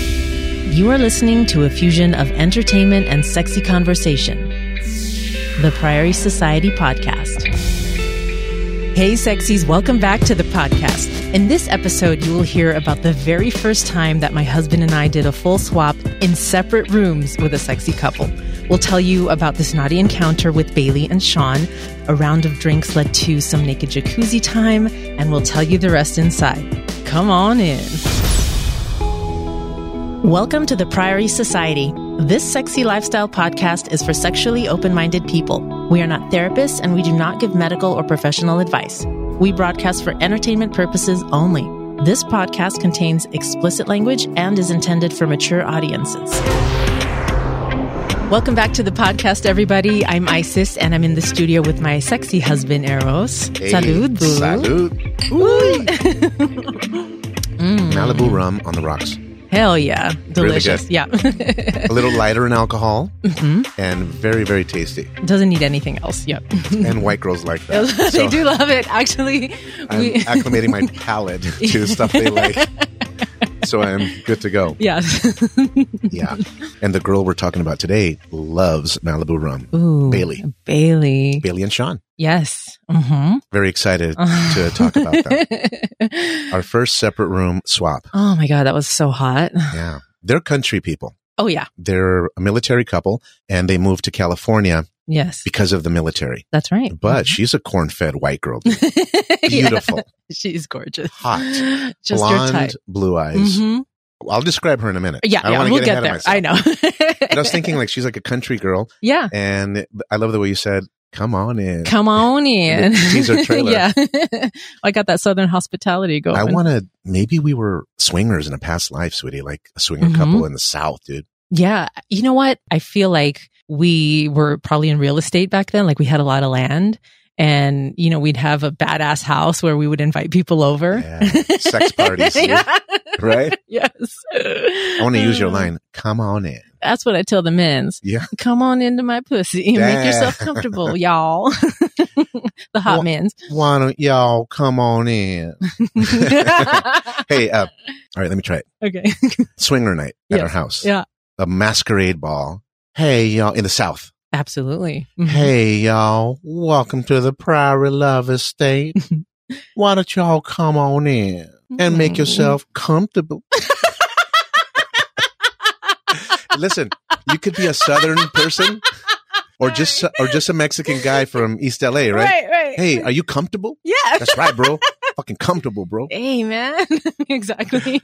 You are listening to a fusion of entertainment and sexy conversation. The Priory Society Podcast. Hey, sexies, welcome back to the podcast. In this episode, you will hear about the very first time that my husband and I did a full swap in separate rooms with a sexy couple. We'll tell you about this naughty encounter with Bailey and Sean. A round of drinks led to some naked jacuzzi time, and we'll tell you the rest inside. Come on in. Welcome to the Priory Society. This sexy lifestyle podcast is for sexually open minded people. We are not therapists and we do not give medical or professional advice. We broadcast for entertainment purposes only. This podcast contains explicit language and is intended for mature audiences. Welcome back to the podcast, everybody. I'm Isis and I'm in the studio with my sexy husband, Eros. Hey, Salud. boo. Hmm. Salud. Ooh. Malibu rum on the rocks. Hell yeah. Delicious. good. Yeah. A little lighter in alcohol Mm-hmm. and very, very tasty. Doesn't need anything else. Yep. And white girls like that. they do love it, actually. I'm we, acclimating my palate to stuff they like. So I'm good to go. yeah. Yeah. And the girl we're talking about today loves Malibu rum. Ooh, Bailey. Bailey. Bailey and Sean. Yes. hmm Very excited to talk about that. Our first separate room swap. oh my God, that was so hot. Yeah. They're country people. Oh, yeah. They're a military couple and they moved to California Yes. because of the military. That's right. But she's a corn fed white girl. dude. Yeah. Beautiful, She's gorgeous. Hot. Just your type. blonde, blue eyes. Mhm. I'll describe her in a minute. Yeah, I don't yeah, wanna we'll get, get, ahead there. of myself. I know. But I was thinking, like, she's like a country girl. yeah. And I love the way you said, come on in. Come on in. The teaser trailer. yeah. I got that Southern hospitality going. I want to, maybe we were swingers in a past life, sweetie, like a swinger Mhm. couple in the South, dude. Yeah. You know what? I feel like we were probably in real estate back then. Like we had a lot of land and, you know, we'd have a badass house where we would invite people over. Yeah. Sex parties, dude. yeah. Right? Yes. I I want to use your line, come on in. That's what I tell the men's. Yeah. Come on into my pussy and Yeah. make yourself comfortable, y'all. the hot Well- men's. Why don't y'all come on in? Hey, uh, all right, let me try it. okay. Swinger night at Yes. our house. Yeah. A masquerade ball. Hey, y'all, in the South. Absolutely. Mm-hmm. Hey, y'all. Welcome to the Priory Love Estate. Why don't y'all come on in and make Mm-hmm. yourself comfortable? Listen, you could be a Southern person or just or just a Mexican guy from East LA, right? Right, right. Hey, are you comfortable? Yeah. That's right, bro. Fucking comfortable, bro. Hey, man. exactly.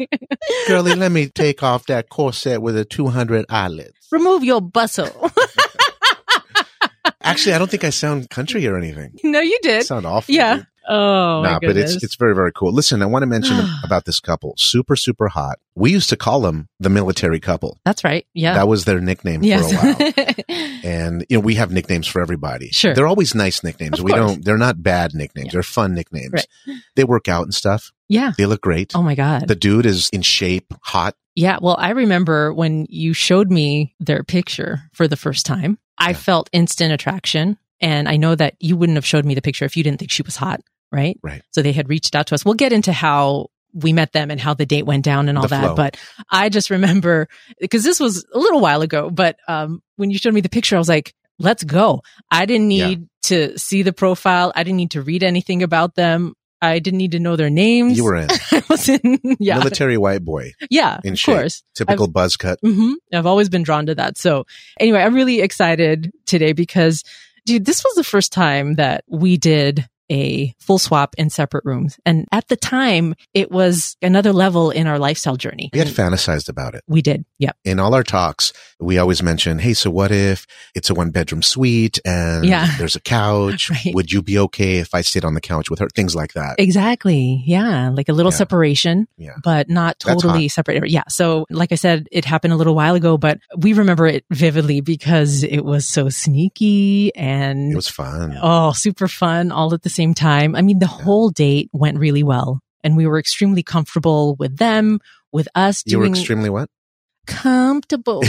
Girlie, let me take off that corset with the 200 eyelets. Remove your bustle. Actually, I don't think I sound country or anything. no, you I did. sound awful. yeah. dude. Oh, my nah, but goodness. it's it's very very cool. Listen, I want to mention about this couple. Super super hot. We used to call them the military couple. that's right. Yeah. That was their nickname yes. for a while. And you know, we have nicknames for everybody. Sure. They're always nice nicknames. Of we course. don't they're not bad nicknames. Yeah. They're fun nicknames. Right. They work out and stuff. yeah. They look great. Oh my god. The dude is in shape, hot. yeah. Well, I remember when you showed me their picture for the first time. I Yeah. felt instant attraction, and I know that you wouldn't have showed me the picture if you didn't think she was hot, right? Right. So they had reached out to us. We'll get into how we met them and how the date went down and all The that, flow. but I just remember because this was a little while ago. But um, when you showed me the picture, I was like, "Let's go." I didn't Yeah. need to see the profile. I didn't need to read anything about them. I didn't need to know their names. You were in I was in, yeah, military white boy, yeah, in of shape. course. typical buzz cut. hmm I've always been drawn to that. So anyway, I'm really excited today because, dude, this was the first time that we did a full swap in separate rooms, and at the time, it was another level in our lifestyle journey. We had fantasized about it. We did, yeah, in all our talks, we always mention, hey, so what if it's a one bedroom suite and Yeah. there's a couch? Right. Would you be okay if I stayed on the couch with her? Things like that. exactly, yeah, like a little Yeah. separation, Yeah. but not That's totally separate. Yeah. So, like I said, it happened a little while ago, but we remember it vividly because it was so sneaky and It was fun. Oh, super fun all at the same time. I mean, the whole date went really well and we were extremely comfortable with them, with us you doing were extremely what? comfortable.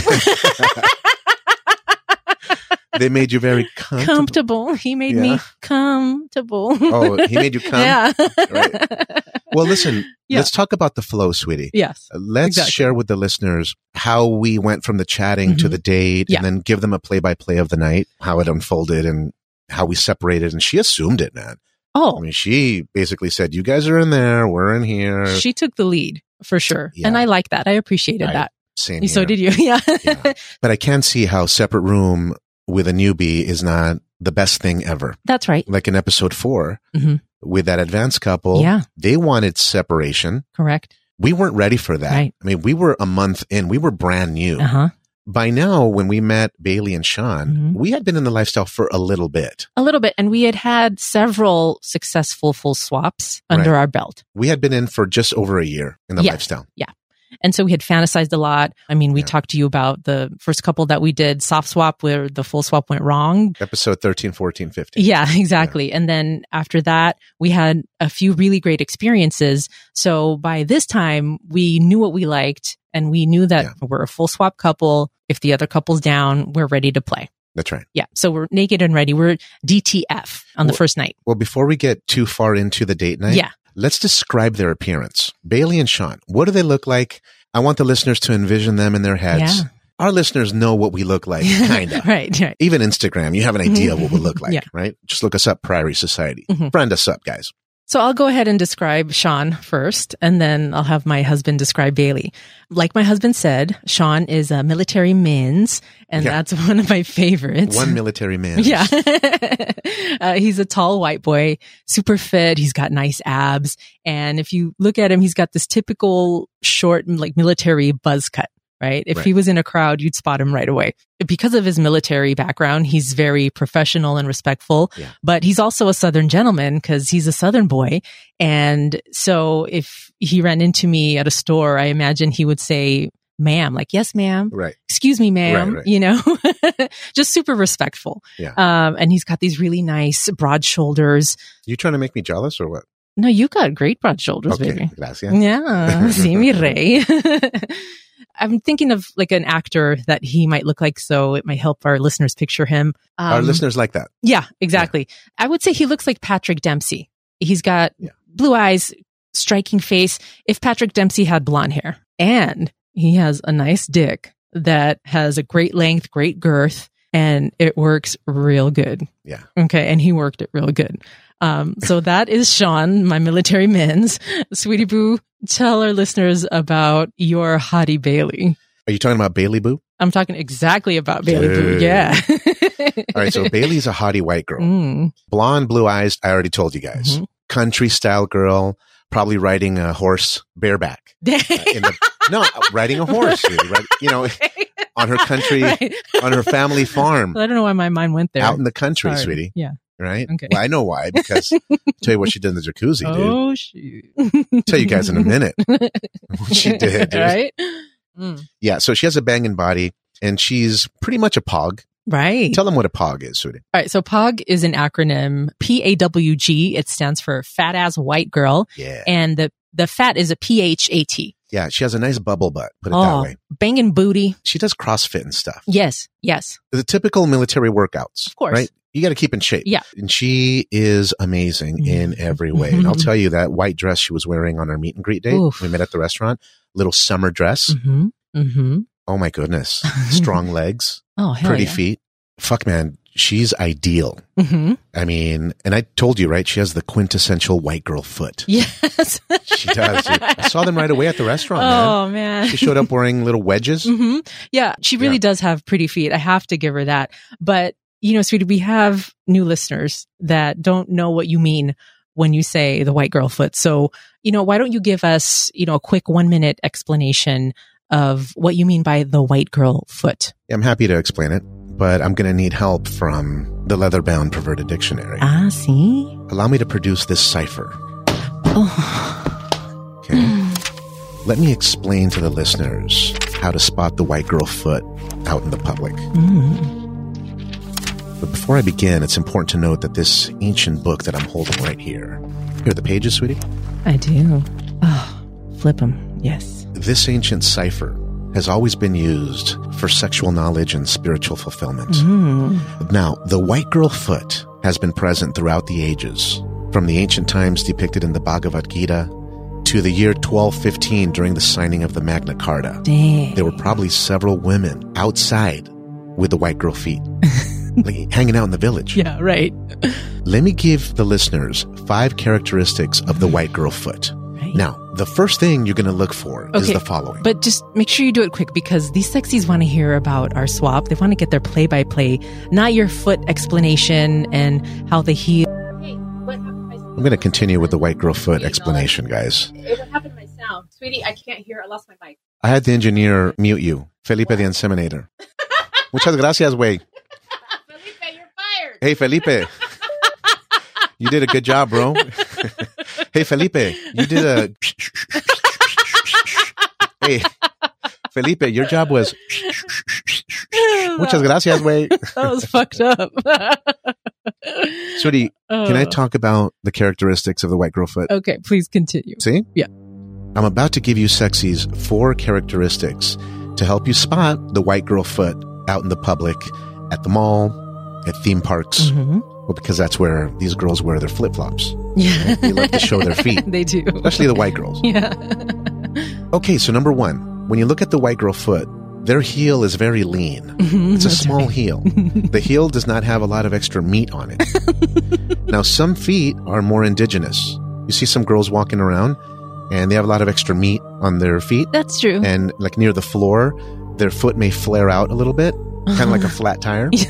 They made you very comfortable. comfortable. He made me Yeah. comfortable. Oh, he made you come. yeah. Right. Well, listen, Yeah. let's talk about the flow, sweetie. yes. Let's Exactly. share with the listeners how we went from the chatting to Mhm. the date Yeah. and then give them a play by play of the night, how it unfolded and how we separated. And she assumed it, man. I Oh, mean, she basically said, You guys are in there. We're in here. she took the lead for sure. uh, Yeah. And I like that. I appreciated I- that. Same So here. did you? Yeah. Yeah. But I can see how separate room with a newbie is not the best thing ever. That's right. Like in episode 4 Mhm. with that advanced couple, Yeah. they wanted separation. Correct. We weren't ready for that. Right. I mean, we were a month in, we were brand new. Uh huh. By now, when we met Bailey and Sean, Mhm. we had been in the lifestyle for a little bit. A little bit. And we had had several successful full swaps under our belt. We had been in for just over a year in the Yeah. lifestyle. And so we had fantasized a lot. I mean, we Yeah. talked to you about the first couple that we did soft swap where the full swap went wrong. Episode 13, 14, 15. Yeah, exactly. And then after that, we had a few really great experiences. So by this time, we knew what we liked and we knew that Yeah. we're a full swap couple. If the other couple's down, we're ready to play. That's right. Yeah. So we're naked and ready. We're DTF on the Well, first night. Well, before we get too far into the date night, Yeah. Let's describe their appearance. Bailey and Sean, what do they look like? I want the listeners to envision them in their heads. Yeah. Our listeners know what we look like, kind of. right. Right. Even Instagram, you have an idea of what we look like, Yeah. right? Just look us up, Priory Society. Mhm. Friend us up, guys. So I'll go ahead and describe Sean first, and then I'll have my husband describe Bailey. Like my husband said, Sean is a military mins, and Yeah. that's one of my favorites. One military man. yeah. uh, he's a tall white boy, super fit. He's got nice abs. And if you look at him, he's got this typical short, like military buzz cut, right? If Right. he was in a crowd, you'd spot him right away. Because of his military background, he's very professional and respectful, Yeah. but he's also a Southern gentleman because he's a Southern boy. And so if he ran into me at a store, I imagine he would say, ma'am, like, yes, ma'am Right. excuse me, ma'am, Right, right. you know, just super respectful. Yeah. Um, and he's got these really nice broad shoulders. You trying to make me jealous or what? No, you got great broad shoulders, baby. gracias. Yeah. See me, Ray. I'm thinking of like an actor that he might look like, so it might help our listeners picture him. Um, Our listeners like that. Yeah, exactly. I would say he looks like Patrick Dempsey. He's got Yeah. blue eyes, striking face. If Patrick Dempsey had blonde hair and he has a nice dick that has a great length, great girth, and it works real good. Yeah. Okay. And he worked it real good. Um, so that is Sean, my military men's. Sweetie Boo, tell our listeners about your hottie Bailey. Are you talking about Bailey Boo? I'm talking exactly about Bailey Boo. Dude. Yeah. All right. So Bailey's a hottie white girl. Mm. Blonde, blue eyes. I already told you guys. Mhm. Country style girl, probably riding a horse bareback. uh, in the no riding a horse really, right? you know on her country Right. on her family farm I don't know why my mind went there. out in the country Sorry. sweetie Yeah. right Okay. well i know why because I'll tell you what she did in the jacuzzi dude Oh shoot. tell you guys in a minute what she did dude. right? Mm. yeah so she has a banging body and she's pretty much a pog Right. tell them what a pog is sweetie All right. So POG is an acronym P A W G. It stands for fat ass white girl, yeah and the the fat is a P H A T. yeah she has a nice bubble butt put it Oh. that way Banging booty. she does crossfit and stuff Yes. Yes. the typical military workouts Of course. right you got to keep in shape. Yeah. And she is amazing in every way. And I'll tell you that white dress she was wearing on our meet and greet date, Mm-hmm. Oof. we met at the restaurant, little summer dress. Mm-hmm. Mm-hmm. Oh my goodness. Strong legs, Oh, hell pretty yeah. feet. Fuck, man, she's ideal. Mm-hmm. I mean, and I told you, right? She has the quintessential white girl foot. Yes. She does. dude. I saw them right away at the restaurant, man. Oh man. She showed up wearing little wedges. hmm Yeah, she really Yeah. does have pretty feet. I have to give her that. But, you know, sweetie, we have new listeners that don't know what you mean when you say the white girl foot. So, you know, why don't you give us, you know, a quick one minute explanation of what you mean by the white girl foot? I'm happy to explain it, but I'm going to need help from the leather bound perverted dictionary. Ah, see? Allow me to produce this cipher. Oh, Okay. Let me explain to the listeners how to spot the white girl foot out in the public. But before I begin, it's important to note that this ancient book that I'm holding right here, here are the pages, sweetie. I do. Oh, flip them. Yes. This ancient cipher has always been used for sexual knowledge and spiritual fulfillment. Mm. Now, the white girl foot has been present throughout the ages, from the ancient times depicted in the Bhagavad Gita to the year 1215 during the signing of the Magna Carta. Dang. There were probably several women outside with the white girl feet, like hanging out in the village. Yeah, right. Let me give the listeners five characteristics of the white girl foot. Right. Now, the first thing you're going to look for is Okay. the following. But just make sure you do it quick because these sexies want to hear about our swap. They want to get their play by play, not your foot explanation and how they heal. I'm going to continue with the white girl foot explanation, guys. It, what happened to my sound? Sweetie, I can't hear. I lost my mic. I had the engineer mute you, Felipe the Inseminator. Muchas gracias, way. Ah, Felipe, you're fired. Hey, Felipe. You did a good job, bro. hey, Felipe. You did a. hey, Felipe, your job was. Muchas gracias, way. That was fucked up. Oh, Sweetie, can Uh. I talk about the characteristics of the white girl foot? Okay, please continue. See? Yeah. I'm about to give you Sexy's four characteristics to help you spot the white girl foot out in the public, at the mall, at theme parks, Mm-hmm. well, because that's where these girls wear their flip flops. Yeah. They love to show their feet, they do. especially the white girls. Yeah. Okay, so number one, when you look at the white girl foot, their heel is very lean. It's a small heel. The heel does not have a lot of extra meat on it. now, some feet are more indigenous. You see some girls walking around and they have a lot of extra meat on their feet. That's true. and like near the floor, their foot may flare out a little bit, kind of like a flat tire. You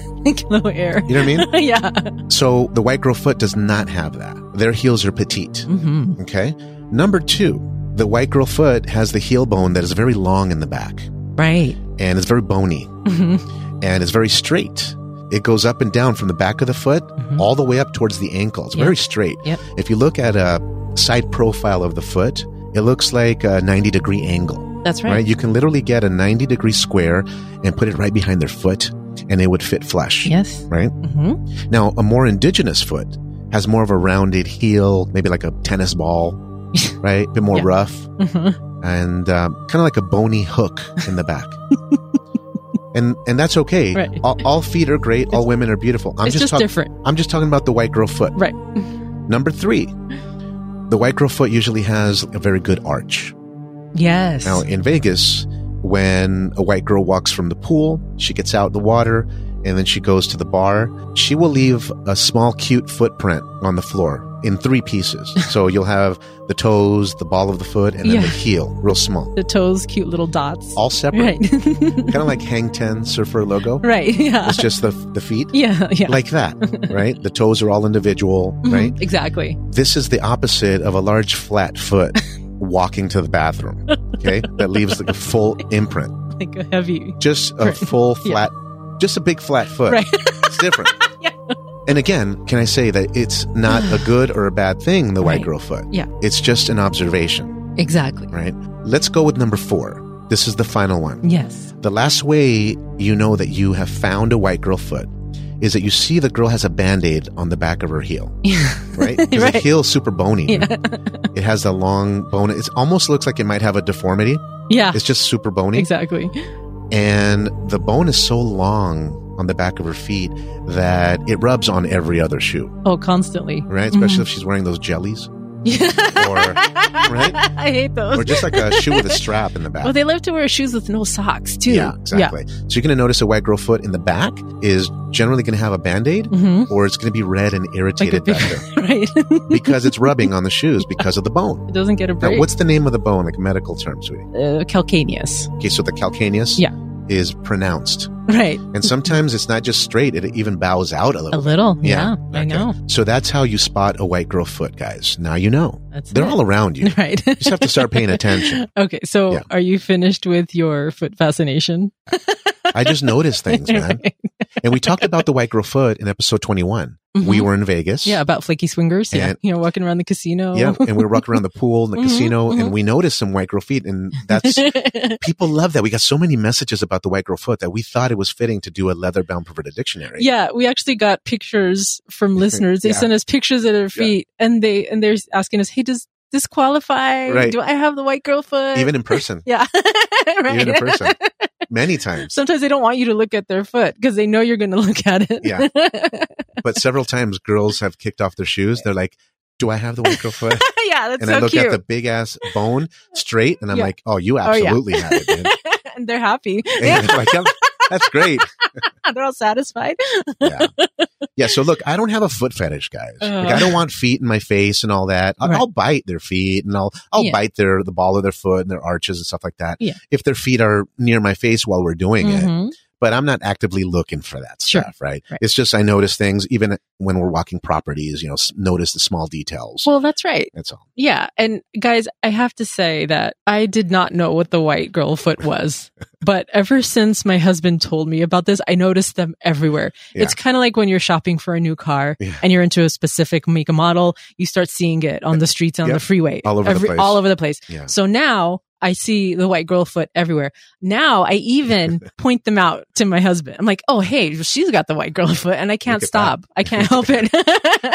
no air. know what I mean? yeah. So the white girl foot does not have that. Their heels are petite. Mm-hmm. Okay. Number two, the white girl foot has the heel bone that is very long in the back Right. and it's very bony Mm-hmm. and it's very straight. It goes up and down from the back of the foot Mhm. all the way up towards the ankle. It's Yep. very straight. Yep. If you look at a side profile of the foot, it looks like a 90 degree angle. That's right. right. You can literally get a 90 degree square and put it right behind their foot and it would fit flush. Yes. Right? Mm-hmm. Now, a more indigenous foot has more of a rounded heel, maybe like a tennis ball, right? A bit more Yeah. rough Mm-hmm. and um, kind of like a bony hook in the back. And, and that's okay. Right. All, all feet are great. all women are beautiful. I'm It's just, just, talking. different. I'm just talking about the white girl foot. Right. Number three, the white girl foot usually has a very good arch. Yes. Now in Vegas, when a white girl walks from the pool, she gets out in the water, and then she goes to the bar. She will leave a small, cute footprint on the floor in three pieces. so you'll have the toes, the ball of the foot, and then the Yeah. heel, real small, the toes, cute little dots. all separate, Right. kind of like Hang Ten Surfer logo. right. Yeah. It's just the the feet. Yeah. Yeah. Like that, right? The toes are all individual, Mhm. right? Exactly. This is the opposite of a large flat foot walking to the bathroom, okay? That leaves like a full imprint. Like a heavy. just a Right. full Yeah. flat, just a big flat foot. Right. It's different. Yeah. And again, can I say that it's not a good or a bad thing, the white Right. girl foot? Yeah. It's just an observation, Exactly. right? Let's go with number four. This is the final one. Yes. The last way you know that you have found a white girl foot is that you see the girl has a band aid on the back of her heel, Yeah. right? 'Cause Right. the heel's super bony. Yeah. It has a long bone. It almost looks like it might have a deformity. Yeah. It's just super bony. Exactly. and the bone is so long on the back of her feet that it rubs on every other shoe, Oh, constantly. right? Especially Mm-hmm. if she's wearing those jellies Yeah. Or- right? I hate those. or just like a shoe with a strap in the back. Well, they love to wear shoes with no socks too. Yeah, exactly. So you're going to notice a white girl foot in the back is generally going to have a band aid hmm or it's going to be red and Like a irritated big, back there right? it because it's rubbing on the shoes because of the bone. doesn't get a Now, break. what's the name of the bone, like a medical term, sweetie? uh, calcaneus? Okay, so the calcaneus Yeah. is pronounced. Right. And sometimes it's not just straight, it even bows out a A little. little. Yeah, Yeah. I okay. know. So that's how you spot a white girl foot, guys. Now you know. That's They're it. all around you. Right. just have to start paying attention. Okay. So, Yeah. are you finished with your foot fascination? Mm-hmm. I just notice things, man. Right. And we talked about the white girl foot in episode 21. We Mhm. were in Vegas. Yeah, about flaky swingers. Yeah. And- You know, walking around the casino. Yeah. And we were walking around the pool in the Mhm, casino mhm. and we noticed some white girl feet. And that's, people love that. We got so many messages about the white girl foot that we thought it was fitting to do a leather bound perverted dictionary. Yeah, we actually got pictures from listeners. They Yeah. sent us pictures of their feet, and they and they're asking us, "Hey, does this qualify? Right. Do I have the white girl foot?" Even in person. yeah, right. Even in person. Many times. Sometimes they don't want you to look at their foot because they know you're going to look at it. Yeah. But several times girls have kicked off their shoes. They're like, do I have the white girl foot? yeah, that's and so I look cute. at the big ass bone straight, and I'm Yeah. like, oh, you yeah. absolutely have it, man. and they're happy. And it's like, "Yep, that's great. they're all satisfied. Yeah. yeah. So look, I don't have a foot fetish, guys. like, I don't want feet in my face and all that. I- I'll, Uh. Right. bite their feet and I'll I'll Yeah. bite their the ball of their foot and their arches and stuff like that. Yeah. If their feet are near my face while we're doing it, Mhm. but I'm not actively looking for that Sure. stuff, right? Right. It's just I notice things even when we're walking properties. You know, s- notice the small details. Well, that's right. that's all. Yeah. And guys, I have to say that I did not know what the white girl foot was. but ever since my husband told me about this, I noticed them everywhere. Yeah. It's kind of like when you're shopping for a new car Yeah. and you're into a specific make and model, you start seeing it on the streets, on Yep. the freeway, All over the place. All over the place. Yeah. So now I see the white girl foot everywhere. Now I even point them out to my husband. I'm like, oh, hey, she's got the white girl foot, and I can't Look at stop. I can't help it.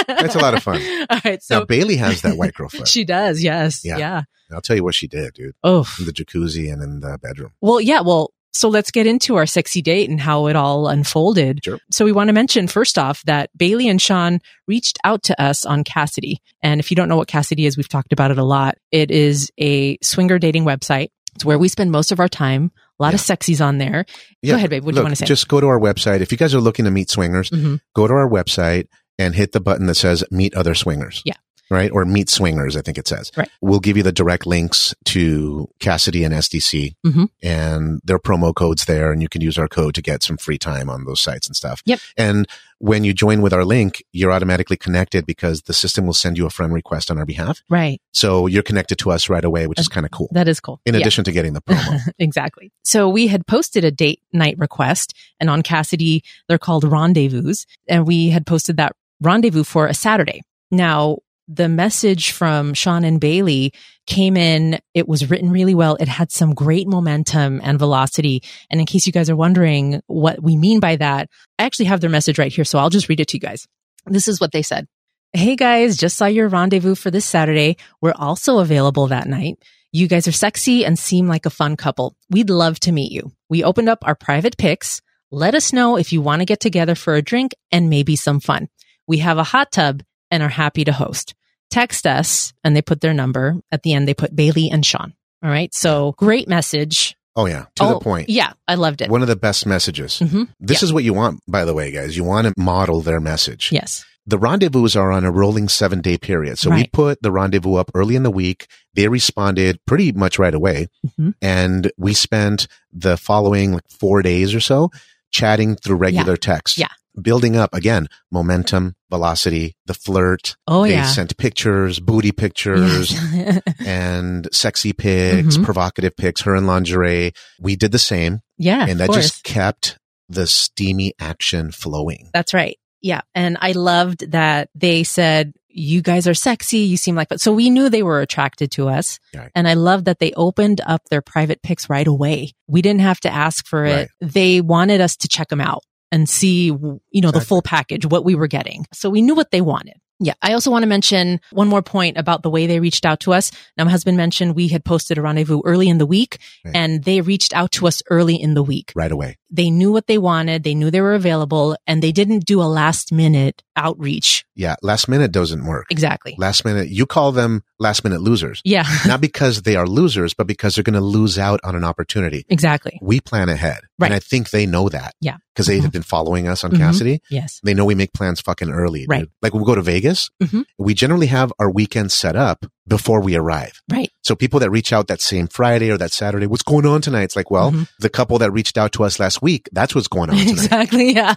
That's a lot of fun. All right. So now Bailey has that white girl foot. she does, yes. Yeah. Yeah. And I'll tell you what she did, dude. Oh. In the jacuzzi and in the bedroom. Well, yeah, well, so let's get into our sexy date and how it all unfolded. Sure. So we want to mention first off that Bailey and Sean reached out to us on Cassidy. And if you don't know what Cassidy is, we've talked about it a lot. It is a swinger dating website. It's where we spend most of our time. A lot of sexies on there. Yeah. Go ahead, babe. What do you Look, want to say? Just go to our website. If you guys are looking to meet swingers, Mhm. go to our website and hit the button that says meet other swingers. Yeah. Right? Or meet swingers, I think it says. Right. We'll give you the direct links to Cassidy and SDC Mhm. and their promo codes there. And you can use our code to get some free time on those sites and stuff. Yep. And when you join with our link, you're automatically connected because the system will send you a friend request on our behalf. right. So you're connected to us right away, which is kind of cool. That is cool. In Yeah. addition to getting the promo. exactly. So we had posted a date night request and on Cassidy, they're called rendezvous. And we had posted that rendezvous for a Saturday. Now, the message from Sean and Bailey came in. It was written really well. It had some great momentum and velocity. And in case you guys are wondering what we mean by that, I actually have their message right here. So I'll just read it to you guys. This is what they said. Hey guys, just saw your rendezvous for this Saturday. We're also available that night. You guys are sexy and seem like a fun couple. We'd love to meet you. We opened up our private pics. Let us know if you want to get together for a drink and maybe some fun. We have a hot tub and are happy to host. Text us, and they put their number. At the end, they put Bailey and Sean. All right. So great message. Oh, yeah. To Oh, the point. Yeah, I loved it. One of the best messages. Mhm. This is what you want, by the way, guys. You want to model their message. Yes. The rendezvous are on a rolling seven day period. So we Right. put the rendezvous up early in the week. They responded pretty much right away. Mhm. And we spent the following like four days or so chatting through regular text. Yeah. Building up again, momentum, velocity, the flirt. Oh, they yeah. sent pictures, booty pictures, Yes. and sexy pics, Mhm. provocative pics, her in lingerie. We did the same yeah. and of that course. just kept the steamy action flowing. That's right. Yeah. And I loved that they said, you guys are sexy. You seem like, but so we knew they were attracted to us. Right. And I love that they opened up their private pics right away. We didn't have to ask for it. They wanted us to check them out and see, you know, the Exactly. full package, what we were getting. So we knew what they wanted. Yeah. I also want to mention one more point about the way they reached out to us. Now, my husband mentioned we had posted a rendezvous early in the week Right. and they reached out to us early in the week Right away. they knew what they wanted, they knew they were available, and they didn't do a last minute outreach. Yeah. Last minute doesn't work. Exactly. Last minute, you call them last minute losers, Yeah, not because they are losers, but because they're going to lose out on an opportunity. exactly. We plan ahead. Right. And I think they know that. Yeah. Because they Mhm. have been following us on Mhm. Cassidy. Yes. They know we make plans fucking early. dude. Right. Like when we go to Vegas, Mhm. we generally have our weekend set up before we arrive. Right. So people that reach out that same Friday or that Saturday, what's going on tonight? It's like, well, Mhm. the couple that reached out to us last week, that's what's going on tonight. Exactly. Yeah.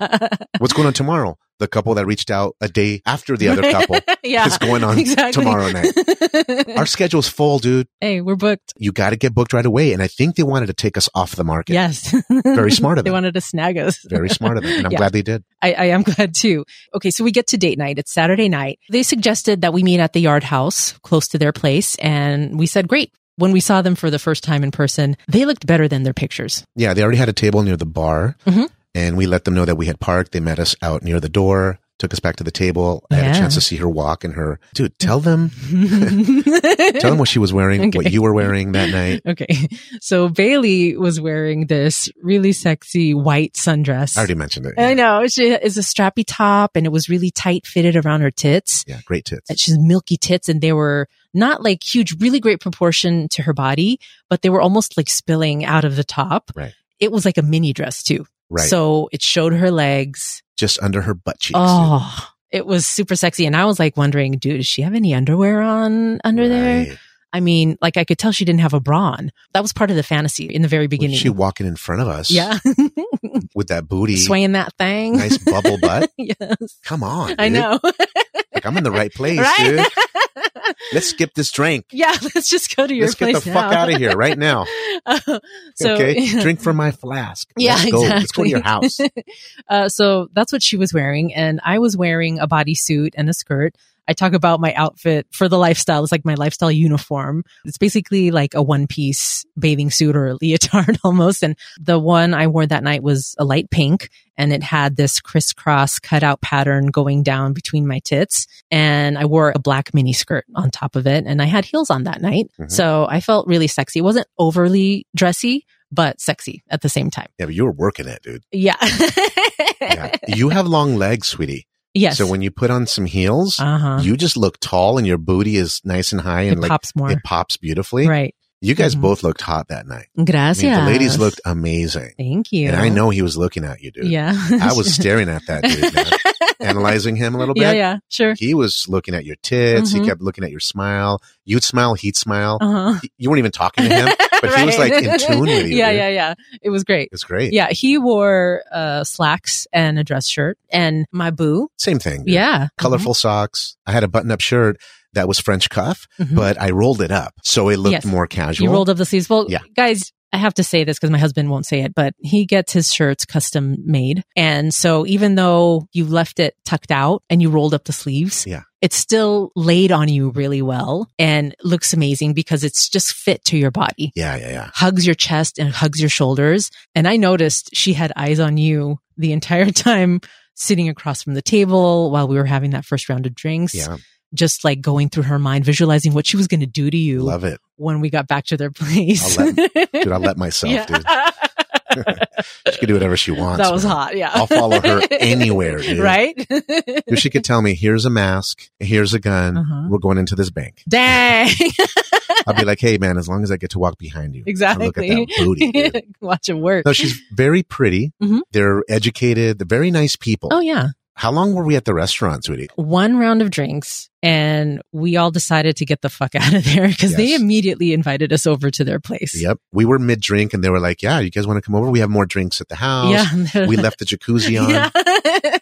What's going on tomorrow? The couple that reached out a day after the other Right. couple yeah. is going on Exactly. tomorrow night. Our schedule's full, dude. hey, we're booked. You got to get booked right away. And I think they wanted to take us off the market. Yes. Very smart of they them. wanted to snag us. Very smart of them. And I'm Yeah. glad they did. I, I am glad too. Okay, so we get to date night. It's Saturday night. They suggested that we meet at the Yard House close to their place, and we said, great. When we saw them for the first time in person, they looked better than their pictures. Yeah, they already had a table near the bar. Mhm. And we let them know that we had parked. They met us out near the door. took us back to the table. I had Yeah. a chance to see her walk and her, dude, tell them, tell them what she was wearing, what Okay. you were wearing that night. Okay. So Bailey was wearing this really sexy white sundress. I already mentioned it. I Yeah, know. She is a strappy top and it was really tight fitted around her tits. Yeah, great tits. And She's milky tits and they were not like huge, really great proportion to her body, but they were almost like spilling out of the top. Right. It was like a mini dress too. Right. So it showed her legs. Just under her butt cheeks. Oh, it was super sexy. And I was like wondering, dude, does she have any underwear on under there? Right. I mean, like I could tell she didn't have a bra on. That was part of the fantasy in the very Was beginning. she walking in front of us yeah. with that booty, Swaying that thing. nice bubble butt. yes. Come on. I dude. know. Like, I'm in the right place, dude. right? Let's skip this drink. yeah, let's just go to your Let's get place the fuck now. out of here right now. Uh, so, okay. Drink from my flask. Yeah, Let's go. Let's go to your house. uh, so that's what she was wearing. And I was wearing a bodysuit and a skirt. I talk about my outfit for the lifestyle. It's like my lifestyle uniform. It's basically like a one piece bathing suit or a leotard almost. And the one I wore that night was a light pink and it had this crisscross cutout pattern going down between my tits. And I wore a black mini skirt on top of it. And I had heels on that night. Mhm. So I felt really sexy. It wasn't overly dressy, but sexy at the same time. Yeah, but you were working it, dude. Yeah. Yeah. You have long legs, sweetie. Yes. So when you put on some heels, uh huh, you just look tall and your booty is nice and high and it like pops more. it pops beautifully. right. You guys Mhm. both looked hot that night. I Gracias. mean, the ladies looked amazing. Thank you. And I know he was looking at you, dude. Yeah. I was staring at that dude, man. analyzing him a little bit. yeah. Yeah. Sure. He was looking at your tits. Mhm. He kept looking at your smile. You'd smile, he'd smile. Uh huh. He- You weren't even talking to him, but he was like in tune with you. Yeah. dude. Yeah. Yeah. It was great. It's great. Yeah. He wore uh, slacks and a dress shirt and my boo. Same thing. dude. Yeah. Mm-hmm. Colorful socks. I had a button up shirt that was French cuff, Mhm. Mhm. but I rolled it up. So it looked Yes. more you casual. rolled up the sleeves. Well, Yeah. guys, I have to say this because my husband won't say it, but he gets his shirts custom made. And so even though you left it tucked out and you rolled up the sleeves, Yeah. it's still laid on you really well and looks amazing because it's just fit to your body. yeah, yeah, yeah. Hugs your chest and hugs your shoulders. And I noticed she had eyes on you the entire time sitting across from the table while we were having that first round of drinks, Yeah. just like going through her mind, visualizing what she was going to do to you Love it. when we got back to their place. I'll Dude, I let myself, Yeah. dude. She can do whatever she wants. that was man. hot. Yeah. I'll follow her anywhere, dude. Right? If she could tell me, here's a mask, here's a gun, Uh-huh. we're going into this bank. Dang. I'll be like, hey, man, as long as I get to walk behind you. and Look at exactly. that booty. dude. Watch it work. No, she's very pretty. Mhm. They're educated. They're very nice people. oh, yeah. How long were we at the restaurant, sweetie? One round of drinks, and we all decided to get the fuck out of there because they Yes. immediately invited us over to their place. Yep. We were mid drink and they were like, yeah, you guys want to come over? We have more drinks at the house. Yeah. We left the jacuzzi on. Yeah.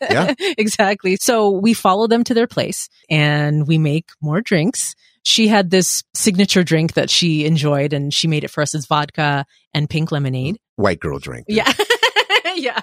Yeah. exactly. So we follow them to their place and we make more drinks. She had this signature drink that she enjoyed and she made it for us. It's vodka and pink lemonade. White girl drink. dude. Yeah. yeah.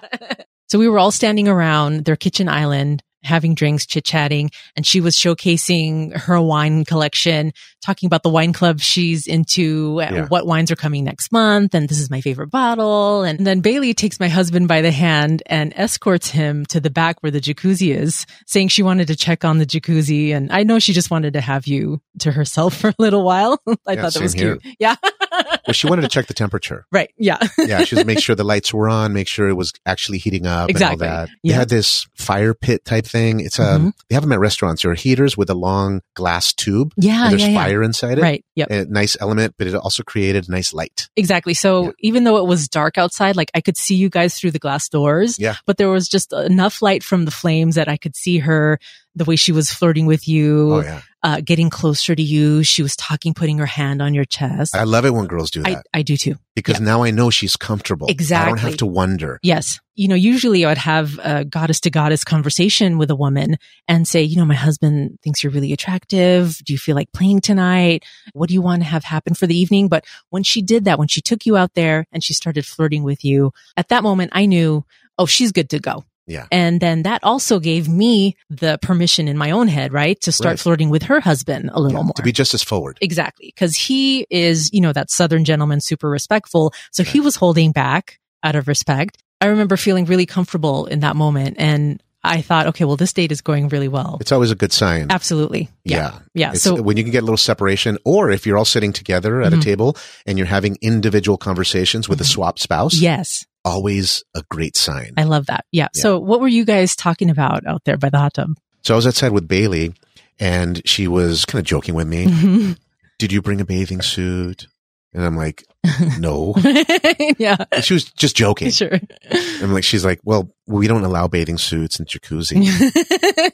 So we were all standing around their kitchen island having drinks, chit chatting, and she was showcasing her wine collection, talking about the wine club she's into, and Yeah. what wines are coming next month, and this is my favorite bottle. And then Bailey takes my husband by the hand and escorts him to the back where the jacuzzi is, saying she wanted to check on the jacuzzi. And I know she just wanted to have you to herself for a little while. I Yeah, thought that same was here. cute. Yeah. Well, she wanted to check the temperature. right. Yeah. Yeah, she was make sure the lights were on, make sure it was actually heating up Exactly. and all that. Yeah. Mm-hmm. They had this fire pit type thing. It's um they have them at restaurants. There are heaters with a long glass tube. Yeah. and there's Ah, yeah, yeah. fire inside it. Right. Yep. A nice element, but it also created a nice light. Exactly. So Yeah. even though it was dark outside, like I could see you guys through the glass doors. Yeah. But there was just enough light from the flames that I could see her, the way she was flirting with you, Oh yeah. uh, getting closer to you. She was talking, putting her hand on your chest. I love it when girls do that I, I do too. because now I know she's comfortable. I don't Exactly. have to wonder. Yes. You know, usually I would have a goddess to goddess conversation with a woman and say, you know, my husband thinks you're really attractive. Do you feel like playing tonight? What do you want to have happen for the evening? But when she did that, when she took you out there and she started flirting with you, at that moment, I knew, oh, she's good to go. Yeah. And then that also gave me the permission in my own head, right? To start Right. flirting with her husband a little Yeah, more. To be just as forward. Exactly. Because he is, you know, that Southern gentleman, super respectful. So he was holding back out of respect. I remember feeling really comfortable in that moment. And I thought, okay, well, this date is going really well. It's always a good sign. Absolutely. Yeah. Yeah. Yeah. It's- So, when you can get a little separation, or if you're all sitting together at Mhm. a table and you're having individual conversations with a swap spouse, Mm-hmm. yes, always a great sign. I love that. Yeah. Yeah. So, what were you guys talking about out there by the hot tub? So I was outside with Bailey and she was kind of joking with me. Mhm. Did you bring a bathing suit? And I'm like, no. yeah. And she was just joking. Sure. I'm like, she's like, well, we don't allow bathing suits and jacuzzi.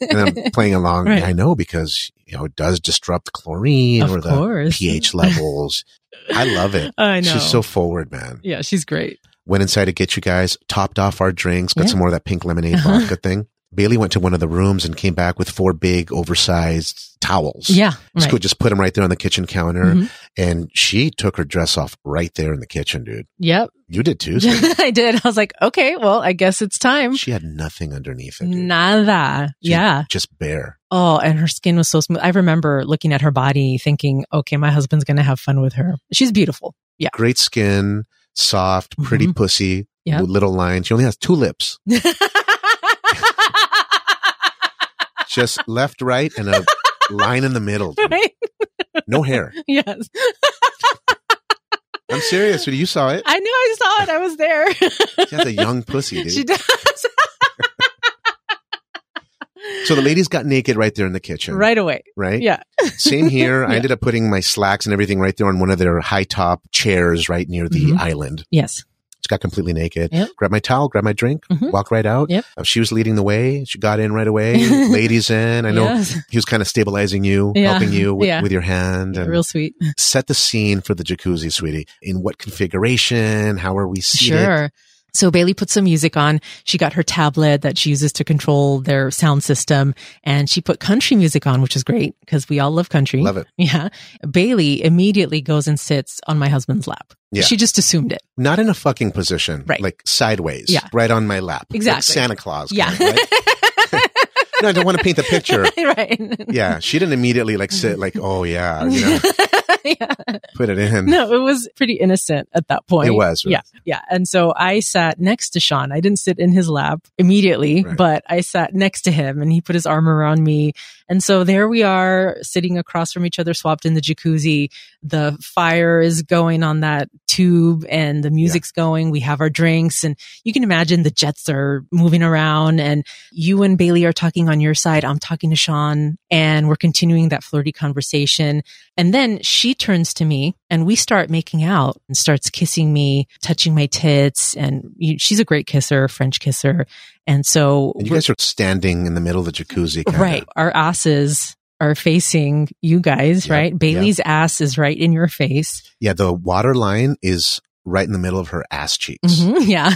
And I'm playing along. Right. And I know because, you know, it does disrupt the chlorine Of or the course. pH levels. I love it. I know. She's so forward, man. yeah, she's great. Went inside to get you guys, topped off our drinks, got Yeah. some more of that pink lemonade Uh-huh. vodka thing. Bailey went to one of the rooms and came back with four big oversized towels. Yeah. Just Right. go just put them right there on the kitchen counter. Mhm. And she took her dress off right there in the kitchen, dude. Yep. You did too. so I did. I was like, okay, well, I guess it's time. she had nothing underneath it. dude. Nada. She- yeah. Just bare. Oh, and her skin was so smooth. I remember looking at her body thinking, okay, my husband's going to have fun with her. She's beautiful. Yeah. Great skin, soft, pretty Mhm. pussy, Yeah. little line. She only has two lips, just left, right, and a line in the middle. dude. right? No hair. Yes. I'm serious. dude. You saw it. I knew I saw it. I was there. She has a young pussy, dude. she does. So the ladies got naked right there in the kitchen. right away. Right? Yeah. Same here. I Yeah. ended up putting my slacks and everything right there on one of their high top chairs right near the Mhm. island. Yes. Just got completely naked. Yep. Grab my towel, grab my drink, Mhm. walk right out. Yep. Uh, She was leading the way. She got in right away. ladies in. I know Yes. he was kind of stabilizing you, Yeah. helping you with, Yeah. with your hand and Real sweet. set the scene for the jacuzzi, sweetie. In what configuration? How are we seated? Sure. So Bailey put some music on. She got her tablet that she uses to control their sound system and she put country music on, which is great because we all love country. Love it. Yeah. Bailey immediately goes and sits on my husband's lap. Yeah. She just assumed it. Not in a fucking position. Right. Like sideways. Yeah. Right on my lap. Like Exactly. Santa Claus. Yeah. kind of, right? no, I don't want to paint the picture. right. Yeah, she didn't immediately like sit like, oh yeah, you know, yeah. put it in. No, it was pretty innocent at that point. It was, it Yeah. Yeah. And so I sat next to Sean. I didn't sit in his lap immediately, Right. but I sat next to him and he put his arm around me. And so there we are sitting across from each other, swapped in the jacuzzi. The fire is going on that tube and the music's going. We have our drinks and you can imagine the jets are moving around and you and Bailey are talking on your side. I'm talking to Sean and we're continuing that flirty conversation. And then she turns to me and we start making out and starts kissing me, touching my tits. And you, she's a great kisser, French kisser. And so, And you guys are standing in the middle of the jacuzzi, kinda. right, our asses are facing you guys, Yep, right? Bailey's ass is right in your face. Yeah, the water line is right in the middle of her ass cheeks. Mhm, yeah.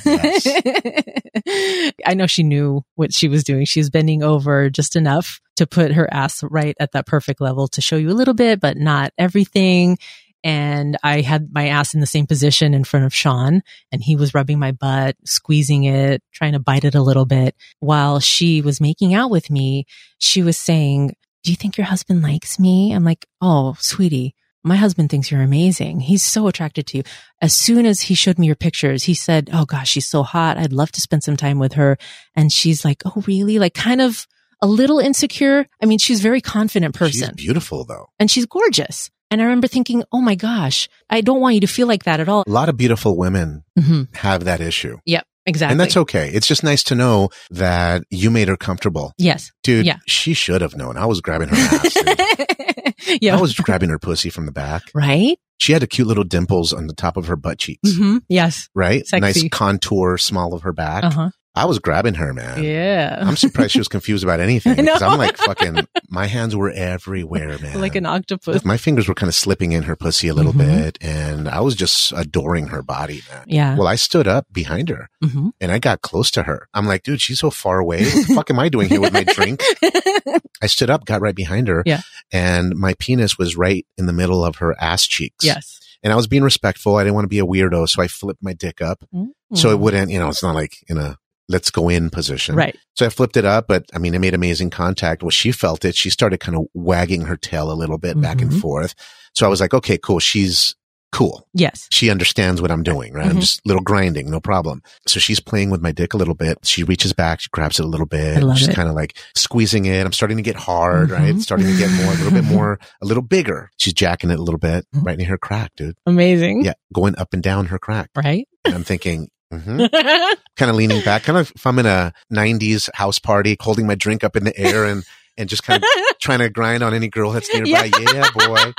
Yes. I know she knew what she was doing. She was bending over just enough to put her ass right at that perfect level to show you a little bit, but not everything. And I had my ass in the same position in front of Sean, and he was rubbing my butt, squeezing it, trying to bite it a little bit. While she was making out with me, she was saying, Do you think your husband likes me? I'm like, Oh, sweetie, my husband thinks you're amazing. He's so attracted to you as soon as he showed me your pictures, he said, Oh gosh, she's so hot. I'd love to spend some time with her. And she's like, Oh, really? Like kind of a little insecure. I mean, she's a very confident She's person beautiful though. and she's gorgeous. And I remember thinking, Oh my gosh, I don't want you to feel like that at all. A lot of beautiful women Mm-hmm. have that issue. Yep. Exactly. And that's okay. It's just nice to know that you made her comfortable. Yes. Dude, Yeah. she should have known. I was grabbing her ass. dude. yeah. I was grabbing her pussy from the back. right. She had the cute little dimples on the top of her butt cheeks, Mm-hmm. Yes. right? Sexy. Nice contour, small of her back. Uh huh. I was grabbing her, man. Yeah. I'm surprised she was confused about anything. I know. 'cause I'm like fucking. My hands were everywhere, man. Like an octopus. My fingers were kind of slipping in her pussy a little Mhm. bit, and I was just adoring her body, man. Yeah. Well, I stood up behind her Mm-hmm. and I got close to her. I'm like, dude, she's so far away. What the fuck am I doing here with my drink? I stood up, got right behind her, Yeah. and my penis was right in the middle of her ass cheeks. yes. And I was being respectful. I didn't want to be a weirdo, so I flipped my dick up so it wouldn't, you know, it's not like in a let's go in position. Mm. Right. So I flipped it up, but I mean, it made amazing contact. Well, she felt it. She started kind of wagging her tail a little bit back and Mhm. forth. So I was like, okay, cool. She's Cool. Yes. She understands what I'm doing, right? I'm Mhm. just little grinding, no problem. So she's playing with my dick a little bit. She reaches back, she grabs it a little bit. I love she's it. kind of like squeezing it. I'm starting to get hard, right? Mhm. Starting to get more, a little bit more, a little bigger. She's jacking it a little bit Mm-hmm. right in her crack, dude. Amazing. Yeah, going up and down her crack. Right? And I'm thinking, hmm kind of leaning back, kind of if I'm in a 90s house party, holding my drink up in the air and, and just kind of trying to grind on any girl that's nearby. Yeah, boy.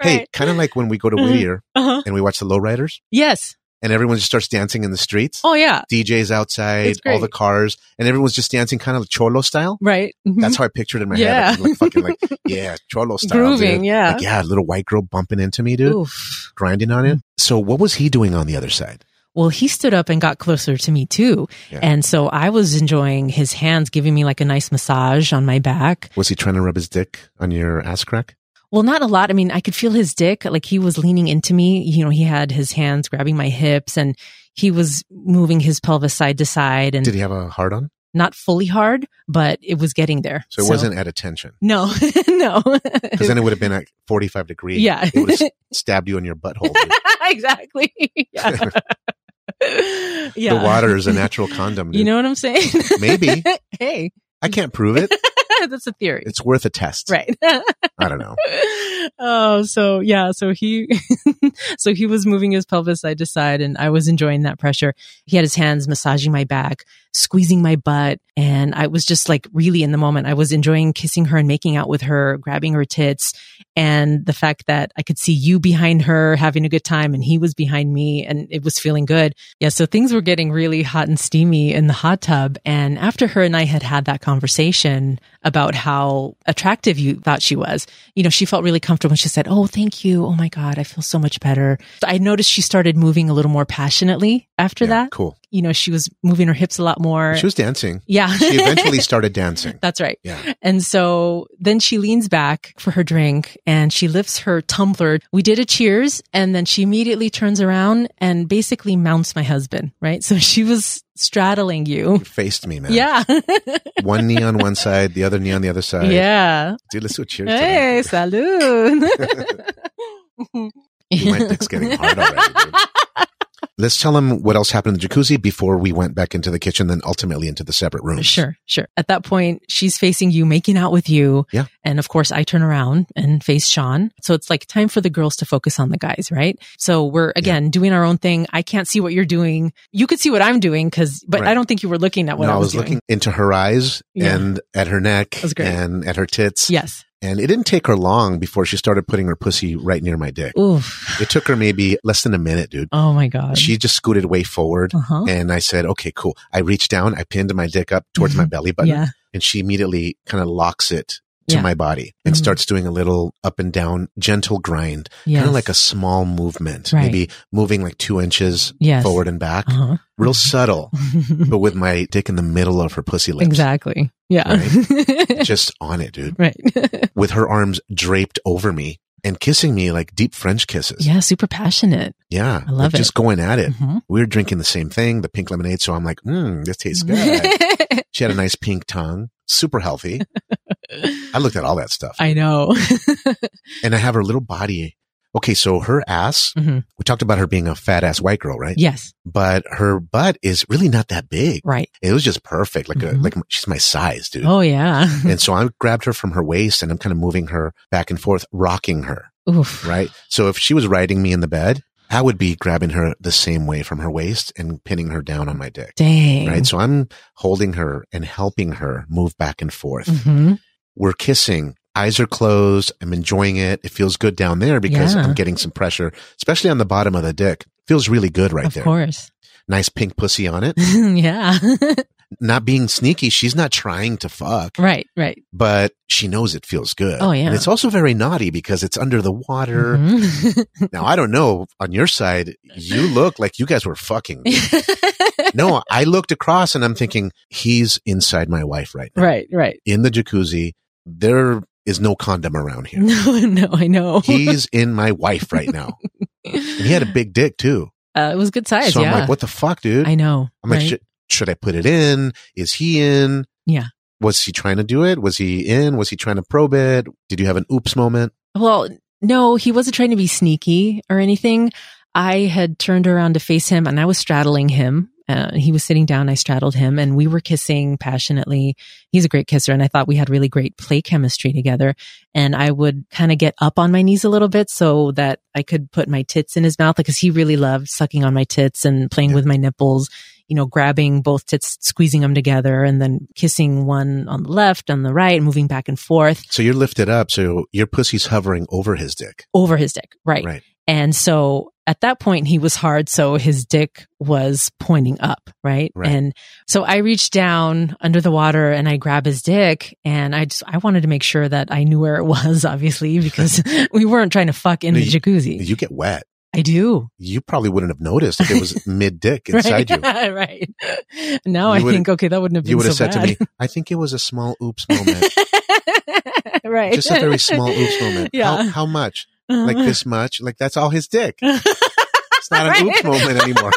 Hey, Right. kind of like when we go to Mhm. Whittier Uh-huh. and we watch the Lowriders Yes. and everyone just starts dancing in the streets. Oh, yeah. DJs outside, It's all the great. cars, and everyone's just dancing kind of cholo style. Right. Mm-hmm. That's how I pictured it in my Yeah. head. I'm Like fucking like, yeah, cholo style. Grooving. dude. Yeah. Like, yeah, little white girl bumping into me, dude, Oof. grinding on Mm-hmm. it. So what was he doing on the other side? Well, he stood up and got closer to me too. Yeah. And so I was enjoying his hands giving me like a nice massage on my back. Was he trying to rub his dick on your ass crack? Well, not a lot. I mean, I could feel his dick. Like he was leaning into me. You know, he had his hands grabbing my hips and he was moving his pelvis side to side and Did he have a hard on? not fully hard, but it was getting there. So it wasn't at attention. No, no. Because then it would have been at 45 degrees. Yeah. It would have stabbed you in your butthole. dude. exactly. Yeah. yeah. The water is a natural condom. You dude. know what I'm saying? Maybe. hey, I can't prove it. that's a theory. It's worth a test. right. I don't know. oh, so yeah, so he so he was moving his pelvis side to side and I was enjoying that pressure. He had his hands massaging my back, squeezing my butt, and I was just like really in the moment. I was enjoying kissing her and making out with her, grabbing her tits, and the fact that I could see you behind her having a good time and he was behind me and it was feeling good. Yeah, so things were getting really hot and steamy in the hot tub and after her and I had had that conversation about how attractive you thought she was, you know, she felt really comfortable. She said, Oh, thank you. Oh my God. I feel so much better. I noticed she started moving a little more passionately after Yeah, that. Cool. You know, she was moving her hips a lot more. She was dancing. yeah. She eventually started dancing. That's right. Yeah. And so then she leans back for her drink and she lifts her tumbler. We did a cheers and then she immediately turns around and basically mounts my husband, right? So she was straddling you. Faced me, man. Yeah. One knee on one side, the other knee on the other side. yeah. Dude, let's do a cheers. to that. Hey, salud. Dude, my dick's getting hard already. dude. Let's tell him what else happened in the jacuzzi before we went back into the kitchen, then ultimately into the separate rooms. Sure, sure. At that point, she's facing you, making out with you. Yeah. And of course, I turn around and face Sean. So it's like time for the girls to focus on the guys, right? So we're again doing our own thing. I can't see what you're doing. You could see what I'm doing because, but Right. I don't think you were looking at what No, I, was doing. looking into her eyes Yeah. and at her neck was great. and at her tits. Yes. And it didn't take her long before she started putting her pussy right near my dick. Oof. It took her maybe less than a minute, dude. Oh my God. She just scooted way forward. uh huh. And I said, okay, cool. I reached down, I pinned my dick up towards Mm-hmm. my belly button. Yeah. and she immediately kind of locks it to Yeah. my body and Mhm. starts doing a little up and down gentle grind, Yes. kind of like a small movement, Right. maybe moving like two inches yes. forward and back, Uh real subtle, huh. but with my dick in the middle of her pussy lips. exactly. Yeah. Just on it, dude, Right. with her arms draped over me and kissing me like deep French kisses. yeah. Super passionate. Yeah. I love like Just going at it. Mhm. We were drinking the same thing, the pink lemonade. So I'm like, mm, this tastes Mm-hmm. good. she had a nice pink tongue, super healthy. I looked at all that stuff. I know. and I have her little body. Okay, so her ass, Mhm. we talked about her being a fat ass white girl, right? yes. But her butt is really not that big. Right. It was just perfect. Like, a, Mhm. like she's my size, dude. Oh yeah. And so I grabbed her from her waist and I'm kind of moving her back and forth, rocking her, Oof. right? So if she was riding me in the bed, I would be grabbing her the same way from her waist and pinning her down on my dick, Dang. right? So I'm holding her and helping her move back and forth. Mhm. we're kissing. Eyes are closed. I'm enjoying it. It feels good down there because Yeah. I'm getting some pressure, especially on the bottom of the dick. Feels really good right of there. course. Nice pink pussy on it. yeah. Not being sneaky. She's not trying to fuck, right. Right. but she knows it feels good. Oh, yeah. And it's also very naughty because it's under the water. Mhm. Now, I don't know on your side, you look like you guys were fucking. no, I looked across and I'm thinking he's inside my wife right now right. Right. in the jacuzzi. There is no condom around here. No. No. I know. he's in my wife right now. And he had a big dick too. uh, it was good size. so I'm yeah. like, what the fuck, dude? I know. I'm like, right? should, should I put it in? Is he in? Yeah. Was he trying to do it? Was he in? Was he trying to probe it? Did you have an oops moment? well, No, he wasn't trying to be sneaky or anything. I had turned around to face him and I was straddling him. Uh, he was sitting down. I straddled him and we were kissing passionately. He's a great kisser. And I thought we had really great play chemistry together. And I would kind of get up on my knees a little bit so that I could put my tits in his mouth because he really loved sucking on my tits and playing with my nipples, you know, grabbing both tits, squeezing them together and then kissing one on the left, on the right, moving back and forth So you're lifted up, so your pussy's hovering over his dick. over his dick. Right. Right. And so at that point, he was hard. So his dick was pointing up, right? Right. And so I reached down under the water and I grab his dick. And I just, I wanted to make sure that I knew where it was, obviously, because we weren't trying to fuck in No, the you- jacuzzi. You get wet. I do. You probably wouldn't have noticed if it was mid dick inside you. right? right. Now You I would've- think, okay, that wouldn't have been You would have so said to me, I think it was a small oops moment. bad. right. Just a very small oops moment. How, Yeah. how much? Like this much? Like that's all his dick. It's not an Right. oops moment anymore.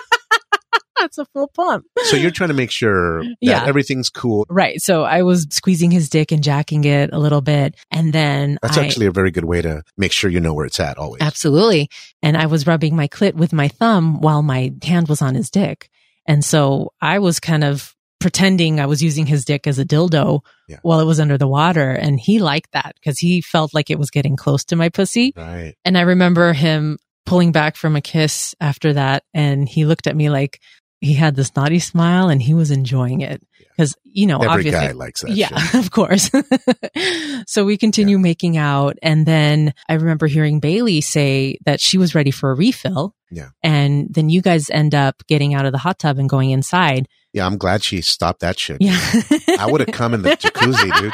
That's a full pump. So you're trying to make sure that Yeah. everything's cool. Right. So I was squeezing his dick and jacking it a little bit. And then That's I, actually a very good way to make sure you know where it's at always. absolutely. And I was rubbing my clit with my thumb while my hand was on his dick. And so I was kind of pretending I was using his dick as a dildo Yeah. while it was under the water. And he liked that because he felt like it was getting close to my pussy. Right. And I remember him pulling back from a kiss after that. And he looked at me like he had this naughty smile and he was enjoying it. Because, you know, Every obviously guy likes that. yeah, shit. of course. so we continue making out. And then I remember hearing Bailey say that she was ready for a refill. Yeah. And then you guys end up getting out of the hot tub and going inside. Yeah. I'm glad she stopped that shit. Yeah. I would have come in the jacuzzi, dude.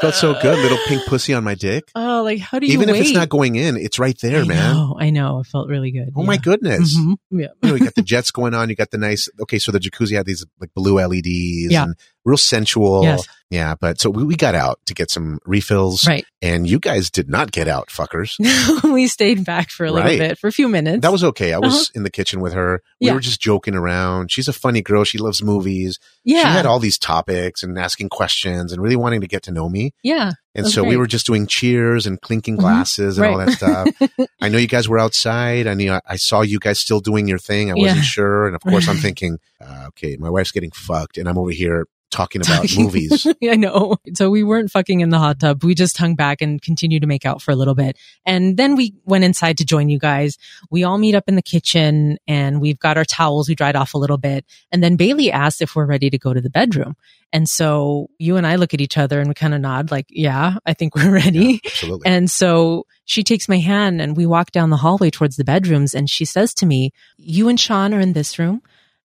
Felt so good. Little pink pussy on my dick. Oh, like how do you Even if it's wait? not going in, it's right there, I man. know, I know. It felt really good. Oh my Yeah. goodness. Mhm. Yeah. You know, you got the jets going on. You got the nice. Okay, so the jacuzzi had these like blue LEDs Yeah. and real sensual. Yes. Yeah, but so we, we got out to get some refills, Right. and you guys did not get out, fuckers. we stayed back for a little Right. bit, for a few minutes. That was okay. I was Uh-huh. in the kitchen with her. We Yeah. were just joking around. She's a funny girl. She loves movies. yeah. She had all these topics and asking questions and really wanting to get to know me. yeah. And That's so we great. were just doing cheers and clinking Mhm. glasses and all Right. that stuff. I know you guys were outside. I knew I, I saw you guys still doing your thing. I wasn't Yeah. sure. And of course, I'm Right. thinking, uh, okay, my wife's getting fucked, and I'm over here talking about Talking- movies. I know. So we weren't fucking in the hot tub. We just hung back and continued to make out for a little bit. And then we went inside to join you guys. We all meet up in the kitchen and we've got our towels. We dried off a little bit. And then Bailey asked if we're ready to go to the bedroom. And so you and I look at each other and we kind of nod like, yeah, I think we're ready. Yeah, absolutely. And so she takes my hand and we walk down the hallway towards the bedrooms. And she says to me, You and Sean are in this room,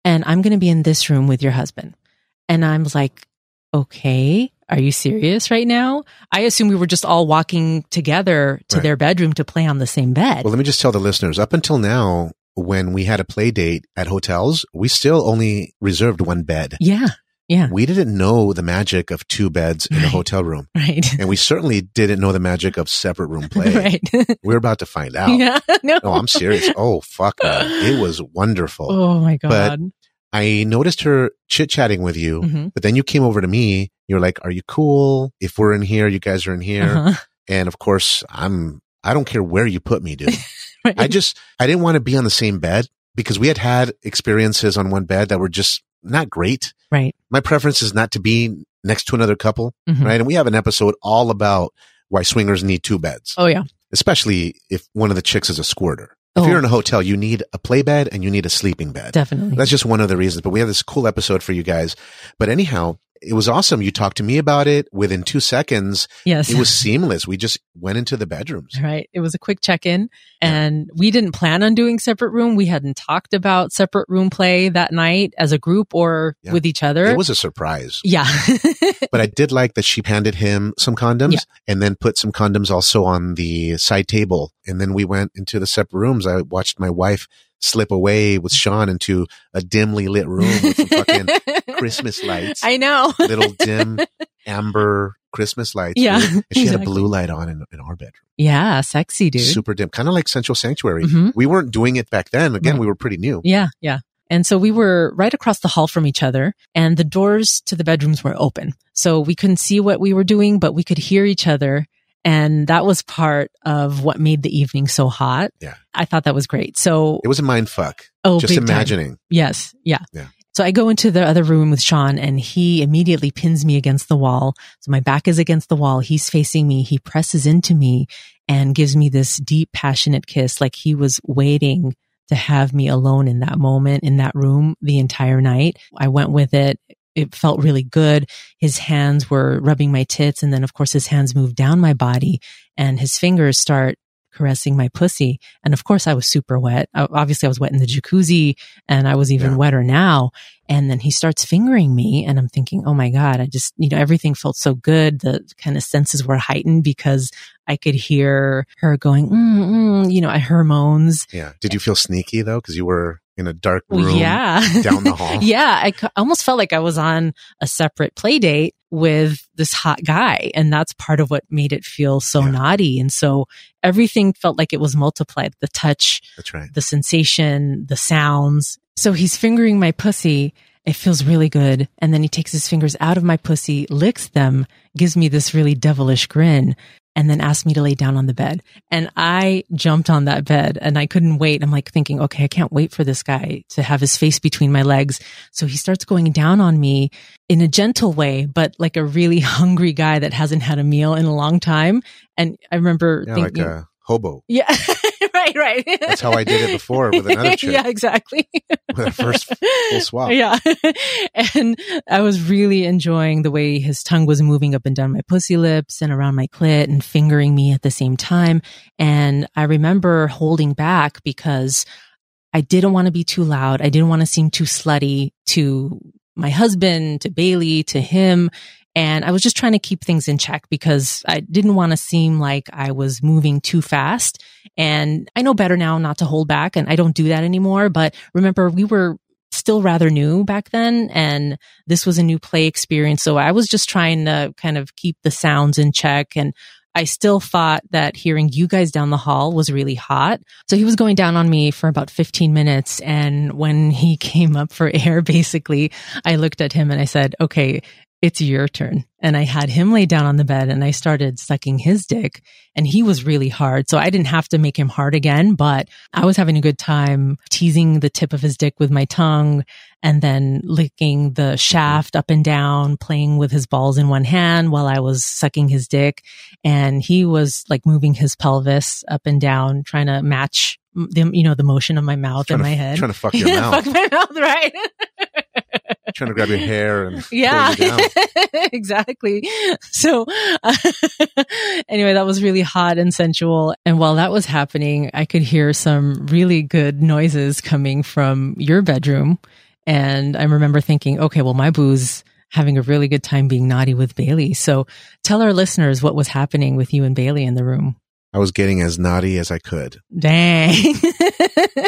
and I'm going to be in this room with your husband. And I'm like, Okay, are you serious right now? I assume we were just all walking together to Right. their bedroom to play on the same bed. well, let me just tell the listeners up until now, when we had a play date at hotels, we still only reserved one bed. yeah, yeah, We didn't know the magic of two beds in a Right. hotel room. right. And we certainly didn't know the magic of separate room play. right. We're about to find out. yeah, no. No, I'm serious. Oh, fuck. Man. It was wonderful. Oh my But- God. I noticed her chit chatting with you, Mhm. but then you came over to me. You're like, Are you cool? If we're in here, you guys are in here. Uh-huh. And of course, I'm, I don't care where you put me, dude. Right. I just, I didn't want to be on the same bed because we had had experiences on one bed that were just not great. Right. My preference is not to be next to another couple, Mhm. right? And we have an episode all about why swingers need two beds, Oh, yeah. especially if one of the chicks is a squirter. If Oh. you're in a hotel, you need a play bed and you need a sleeping bed. Definitely. That's just one of the reasons. But we have this cool episode for you guys. But anyhow, it was awesome. You talked to me about it within two seconds. yes. It was seamless. We just went into the bedrooms. right? It was a quick check in Yeah. and we didn't plan on doing separate room. We hadn't talked about separate room play that night as a group or Yeah. with each other. It was a surprise. yeah. But I did like that she handed him some condoms Yeah. and then put some condoms also on the side table. And then we went into the separate rooms. I watched my wife slip away with Sean into a dimly lit room with some fucking Christmas lights. I know. little dim amber Christmas lights. Yeah, dude. And she had a exactly. blue light on in, in our bedroom. Yeah. Sexy dude. super dim, kind of like Central Sanctuary. Mhm. We weren't doing it back then. Again, No. we were pretty new. Yeah. Yeah. And so we were right across the hall from each other and the doors to the bedrooms were open. So we couldn't see what we were doing, but we could hear each other. And that was part of what made the evening so hot. Yeah. I thought that was great. So, It was a mind fuck. oh, just big time. imagining. Yes. Yeah. Yeah. So I go into the other room with Sean and he immediately pins me against the wall. So my back is against the wall. He's facing me. He presses into me and gives me this deep, passionate kiss. Like he was waiting to have me alone in that moment, in that room the entire night. I went with it. It felt really good. His hands were rubbing my tits. And then of course his hands moved down my body and his fingers start caressing my pussy. And of course I was super wet. O- Obviously I was wet in the jacuzzi and I was even Yeah. wetter now. And then he starts fingering me and I'm thinking, oh my God, I just, you know, everything felt so good. The kind of senses were heightened because I could hear her going, mm, mm, you know, I her moans. Yeah. Did you feel sneaky though? Because you were in a dark Well, room yeah. down the hall. yeah. I c- almost felt like I was on a separate play date with this hot guy. And that's part of what made it feel so Yeah. naughty. And so everything felt like it was multiplied the touch, That's right. the sensation, the sounds. So he's fingering my pussy. It feels really good. And then he takes his fingers out of my pussy, licks them, gives me this really devilish grin, and then asks me to lay down on the bed. And I jumped on that bed and I couldn't wait. I'm like thinking, okay, I can't wait for this guy to have his face between my legs. So he starts going down on me in a gentle way, but like a really hungry guy that hasn't had a meal in a long time. And I remember Yeah, like thinking, a hobo. yeah, right, right. That's how I did it before with another chick. yeah, exactly. With a first full swap. Yeah. and I was really enjoying the way his tongue was moving up and down my pussy lips and around my clit and fingering me at the same time. And I remember holding back because I didn't want to be too loud. I didn't want to seem too slutty to my husband, to Bailey, to him. And I was just trying to keep things in check because I didn't want to seem like I was moving too fast. And I know better now not to hold back and I don't do that anymore. But remember, we were still rather new back then and this was a new play experience so i was just trying to kind of keep the sounds in check and i still thought that hearing you guys down the hall was really hot so he was going down on me for about 15 minutes and when he came up for air basically i looked at him and i said okay it's your turn and i had him lay down on the bed and i started sucking his dick and he was really hard so i didn't have to make him hard again but I was having a good time teasing the tip of his dick with my tongue and then licking the shaft up and down, playing with his balls in one hand while I was sucking his dick. And he was like moving his pelvis up and down, trying to match the, you know, the motion of my mouth Trying and to, my head. Trying to fuck your mouth. Fuck my mouth, right? trying to grab your hair and pull Yeah, you down. exactly. So, anyway, that was really hot and sensual. And while that was happening, I could hear some really good noises coming from your bedroom. And I remember thinking, okay, well, my boo's having a really good time being naughty with Bailey. So, tell our listeners what was happening with you and Bailey in the room. I was getting as naughty as I could. Dang.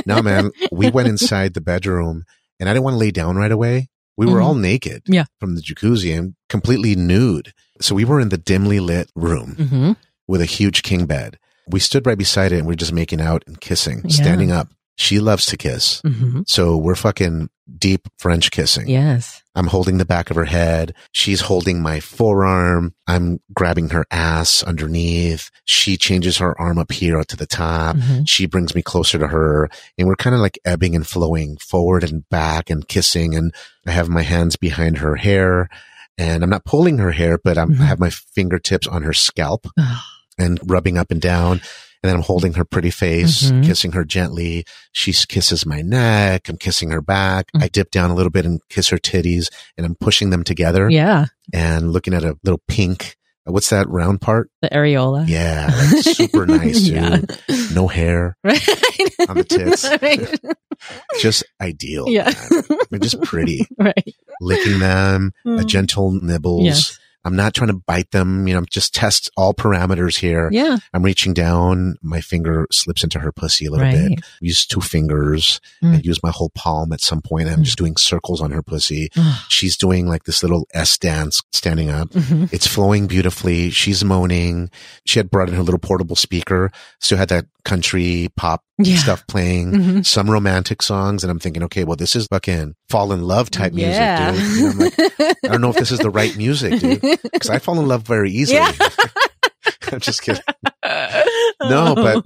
No, man, we went inside the bedroom and I didn't want to lay down right away. We were Mhm. all naked Yeah. from the jacuzzi and completely nude. So we were in the dimly lit room hmm with a huge king bed. We stood right beside it and we are just making out and kissing, Yeah. standing up. She loves to kiss. hmm So we're fucking deep French kissing. Yes. I'm holding the back of her head. She's holding my forearm. I'm grabbing her ass underneath. She changes her arm up here to the top. Mhm. She brings me closer to her and we're kind of like ebbing and flowing forward and back and kissing. And I have my hands behind her hair and I'm not pulling her hair, but I'm, I Mhm. have my fingertips on her scalp and rubbing up and down. And then I'm holding her pretty face, Mhm. kissing her gently. She s- kisses my neck. I'm kissing her back. Mm. I dip down a little bit and kiss her titties and I'm pushing them together Yeah. and looking at a little pink. What's that round part? The areola. Yeah. Like super nice. Dude. Uh. yeah. No hair. Right. On the tits. Right. Just ideal. Yeah. man. They're just pretty. right. Mm. Licking them, a gentle nibbles. Yes. I'm not trying to bite them. You know, I'm just test all parameters here. Yeah. I'm reaching down. My finger slips into her pussy a little Right. bit. Use two fingers. Mm. I use my whole palm at some point. I'm just doing circles on her pussy. She's doing like this little S dance standing up. Mhm. It's flowing beautifully. She's moaning. She had brought in her little portable speaker. Still had that country pop Yeah. stuff playing. Mhm. Some romantic songs, and I'm thinking, okay, well, this is fucking fall in love type Yeah. music, dude. You know, I'm like, I don't know if this is the right music, dude, because I fall in love very easily. Yeah. I'm just kidding. No, but-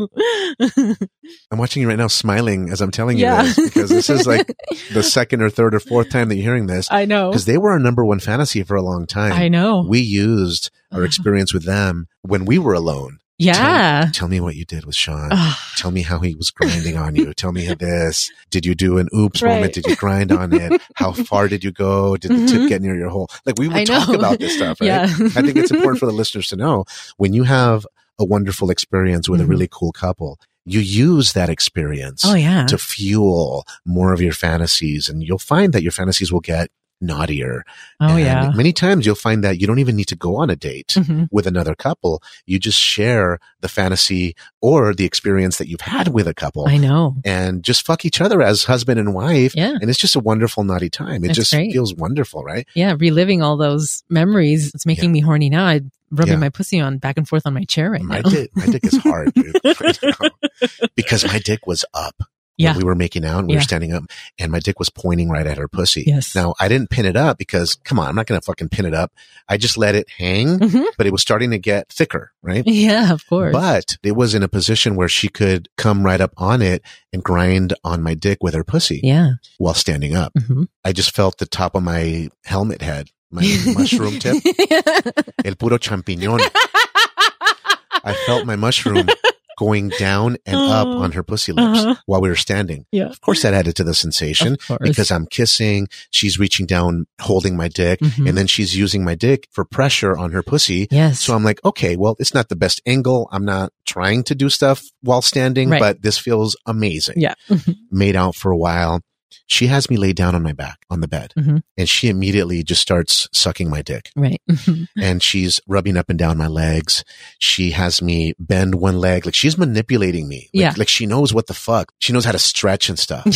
I'm watching you right now smiling as I'm telling you Yeah. this because this is like the second or third or fourth time that you're hearing this I know. because they were our number one fantasy for a long time. Oh. I know. Uh-huh. We used our experience with them when we were alone. yeah. Tell me what you did with Sean. Ugh. Tell me how he was grinding on you. Tell me this. Did you do an oops Right. moment? Did you grind on it? How far did you go? Did the Mhm. tip get near your hole? Like we I would talk know. about this stuff, right? Yeah. I think it's important for the listeners to know when you have a wonderful experience with Mhm. a really cool couple, you use that experience oh yeah. to fuel more of your fantasies and you'll find that your fantasies will get naughtier. Oh And yeah. Many times you'll find that you don't even need to go on a date Mhm. with another couple. You just share the fantasy or the experience that you've had with a couple I know. and just fuck each other as husband and wife. Yeah. And it's just a wonderful naughty time. It That's just great. feels wonderful, right? Yeah. Reliving all those memories. It's making Yeah. me horny now. I'm rubbing Yeah. my pussy on back and forth on my chair right my now. dick, my dick is hard, dude. because my dick was up. when Yeah. we were making out and we Yeah. were standing up and my dick was pointing right at her pussy. Yes. Now I didn't pin it up because come on, I'm not going to fucking pin it up. I just let it hang, Mhm. but it was starting to get thicker, right? Yeah, of course. But it was in a position where she could come right up on it and grind on my dick with her pussy yeah. while standing up. Mhm. I just felt the top of my helmet head, my mushroom tip, el puro champiñon. I felt my mushroom going down and up Oh. on her pussy lips Uh-huh. while we were standing. Yeah. Of course, that added to the sensation Of course. because I'm kissing. She's reaching down, holding my dick, Mhm. and then she's using my dick for pressure on her pussy. yes. So I'm like, okay, well, it's not the best angle. I'm not trying to do stuff while standing, Right. but this feels amazing. yeah. Made out for a while. She has me lay down on my back on the bed Mhm. and she immediately just starts sucking my dick right. Mhm. and she's rubbing up and down my legs. She has me bend one leg. Like she's manipulating me. Like, Yeah. like she knows what the fuck. She knows how to stretch and stuff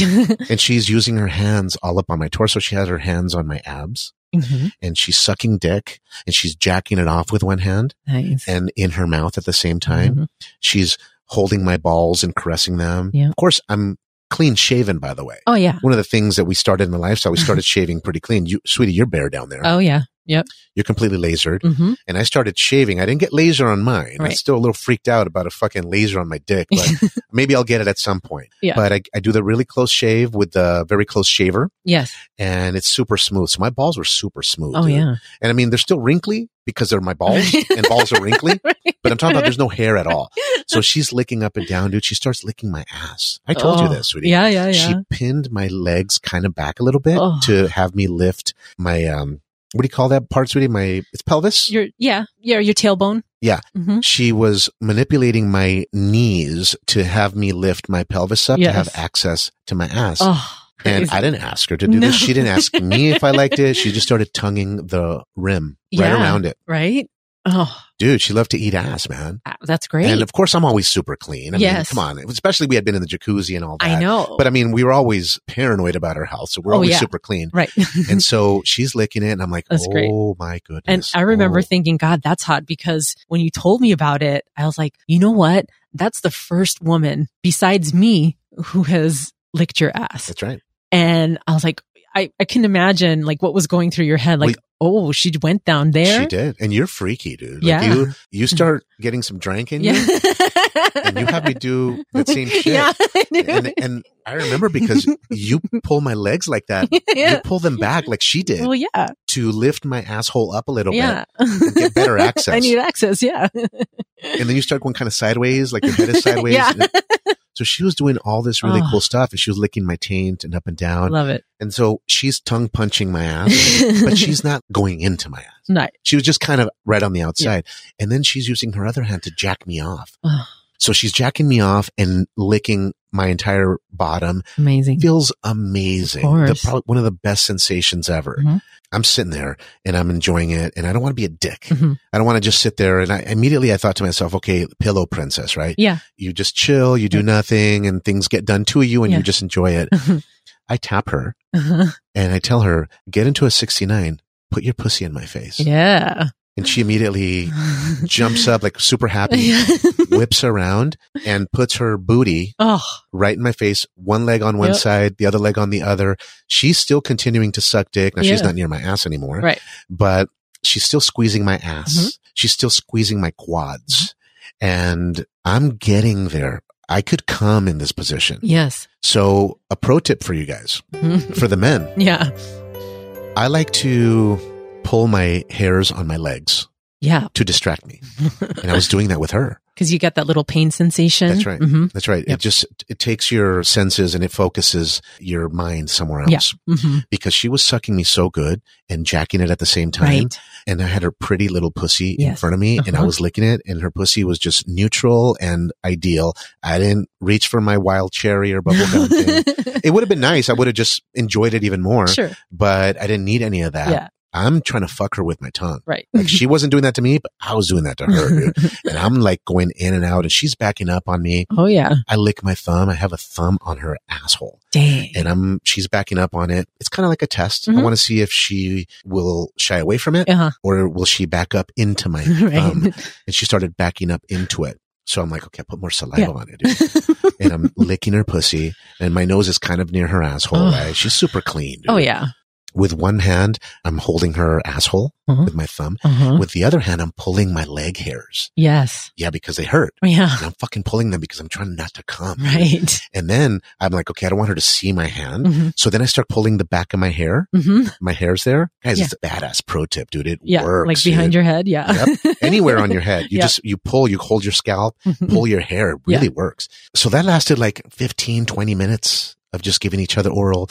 and she's using her hands all up on my torso. She had her hands on my abs Mhm. and she's sucking dick and she's jacking it off with one hand Nice. and in her mouth at the same time. Mhm. She's holding my balls and caressing them. Yeah. Of course, I'm clean shaven, by the way. Oh yeah. One of the things that we started in the lifestyle, we started shaving pretty clean. You, sweetie, you're bare down there. Oh yeah. Yep. You're completely lasered. hmm And I started shaving. I didn't get laser on mine. I'm Right. still a little freaked out about a fucking laser on my dick, but maybe I'll get it at some point. Yeah. But I, I do the really close shave with the very close shaver yes. and it's super smooth. So my balls were super smooth. Oh dude. yeah. And I mean, they're still wrinkly because they're my balls and balls are wrinkly, but I'm talking about there's no hair at all. So she's licking up and down, dude. She starts licking my ass. I told you Oh. this, sweetie. Yeah. Yeah. Yeah. She pinned my legs kind of back a little bit Oh. to have me lift my, um, what do you call that part, sweetie? My, it's pelvis. your yeah yeah your tailbone. Yeah. hmm she was manipulating my knees to have me lift my pelvis up Yes. to have access to my ass. Oh. And crazy. I didn't ask her to do No. this. She didn't ask me if I liked it. She just started tonguing the rim right Yeah. around it. right. Oh, Dude, she loved to eat ass, man. that's great. And of course, I'm always super clean. I Yes. mean, come on. Especially we had been in the jacuzzi and all that. I know. But I mean, we were always paranoid about our health. So we're Oh, always yeah. super clean. right. And so she's licking it. And I'm like, That's oh great. my And goodness. I remember Oh. thinking, God, that's hot because when you told me about it, I was like, you know what? That's the first woman besides me who has licked your ass. That's right. And I was like, I, I can imagine like what was going through your head. Like, oh, she went down there. She did. And you're freaky, dude. Like Yeah. you, you start getting some drink in you and you have me do that same shit. Yeah. I knew And, it. and I remember because you pull my legs like that yeah. you pull them back like she did Well, yeah. to lift my asshole up a little Yeah. bit and get better access. I need access. Yeah. And then you start going kind of sideways, like your head is sideways. Yeah. And- So she was doing all this really Oh. cool stuff and she was licking my taint and up and down. Love it. And so she's tongue punching my ass, but she's not going into my ass. not. She was just kind of right on the outside. And then she's using her other hand to jack me off. Oh. So she's jacking me off and licking my entire bottom. Amazing. feels amazing. Of course. The, probably one of the best sensations ever. Mhm. I'm sitting there and I'm enjoying it, and I don't want to be a dick. Mhm. I don't want to just sit there. And I immediately I thought to myself, okay, pillow princess, right? Yeah. You just chill, you do Yeah. nothing, and things get done to you, and Yeah. Mm-hmm. you just enjoy it. I tap her Uh-huh. and I tell her, get into a 69, put your pussy in my face, Yeah. and she immediately jumps up like super happy. Yeah. Whips around and puts her booty oh, right in my face, one leg on one Yep. side, the other leg on the other. She's still continuing to suck dick. Now she's Yeah. not near my ass anymore, right. Mm-hmm. but she's still squeezing my ass. She's still squeezing my quads. And I'm getting there. I could come in this position. Yes. So, a pro tip for you guys, for the men, yeah. I like to pull my hairs on my legs Yeah. to distract me. And I was doing that with her. Because you get that little pain sensation. That's right. hmm That's right. Yep. It just it takes your senses and it focuses your mind somewhere else. Yeah. hmm Because she was sucking me so good and jacking it at the same time. Right. and I had her pretty little pussy in Yes. front of me and I Uh-huh. was licking it and her pussy was just neutral and ideal. I didn't reach for my wild cherry or bubblegum thing. It would have been nice. I would have just enjoyed it even more, sure. but I didn't need any of that. Yeah. I'm trying to fuck her with my tongue. Right. Like she wasn't doing that to me, but I was doing that to her. dude. And I'm like going in and out and she's backing up on me. oh yeah. I lick my thumb. I have a thumb on her asshole Dang. and I'm, she's backing up on it. It's kind of like a test. I Mhm. want to see if she will shy away from it Uh-huh. or will she back up into my thumb? Right. And she started backing up into it. So I'm like, okay, put more saliva Yeah. on it. Dude. And I'm licking her pussy and my nose is kind of near her asshole, Ugh. right? She's super clean. dude. oh yeah. With one hand, I'm holding her asshole Uh-huh. with my thumb. Uh-huh. With the other hand, I'm pulling my leg hairs. Yes. Yeah, because they hurt. Yeah. And I'm fucking pulling them because I'm trying not to come. Right. And then I'm like, okay, I don't want her to see my hand. hmm So then I start pulling the back of my hair. hmm My hair's there. Guys, Yeah. it's a badass pro tip, dude. It Yeah. works. like behind dude. your head. Yeah. anywhere on your head. You Yeah. just, you pull, you hold your scalp, Mm-hmm. pull your hair. It really works. So that lasted like 15, 20 minutes of just giving each other oral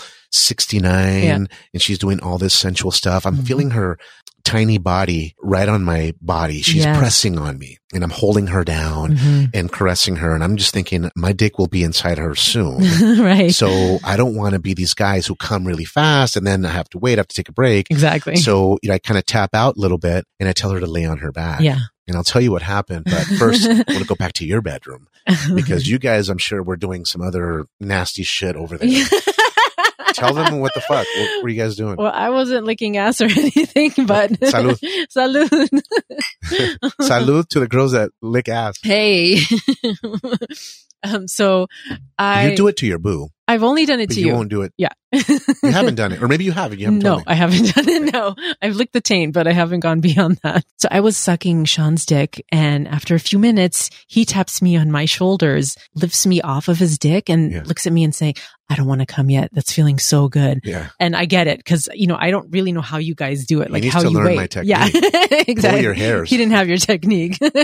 69. Yeah. And she's doing all this sensual stuff. I'm Mhm. feeling her tiny body right on my body. She's Yes. pressing on me and I'm holding her down Mhm. and caressing her. And I'm just thinking my dick will be inside her soon. right. so I don't want to be these guys who come really fast and then I have to wait, I have to take a break. exactly. So you know, I kind of tap out a little bit and I tell her to lay on her back. yeah. And I'll tell you what happened. But first, I want to go back to your bedroom because you guys, I'm sure, were doing some other nasty shit over there. Tell them what the fuck. What were you guys doing? Well, I wasn't licking ass or anything, but Salud. Salud. Salute to the girls that lick ass. Hey. um, so I you do it to your boo, I've only done it but to you, you. won't do it. You you haven't done it, or maybe you have. and You haven't no, told me. I haven't done it. No, I've licked the taint, but I haven't gone beyond that. So I was sucking Sean's dick, and after a few minutes, he taps me on my shoulders, lifts me off of his dick, and Yeah. looks at me and saying, "I don't want to come yet. That's feeling so good." Yeah, And I get it because you know I don't really know how you guys do it, He like needs how to you learn wait. my Yeah, exactly. your hairs. He didn't have your technique,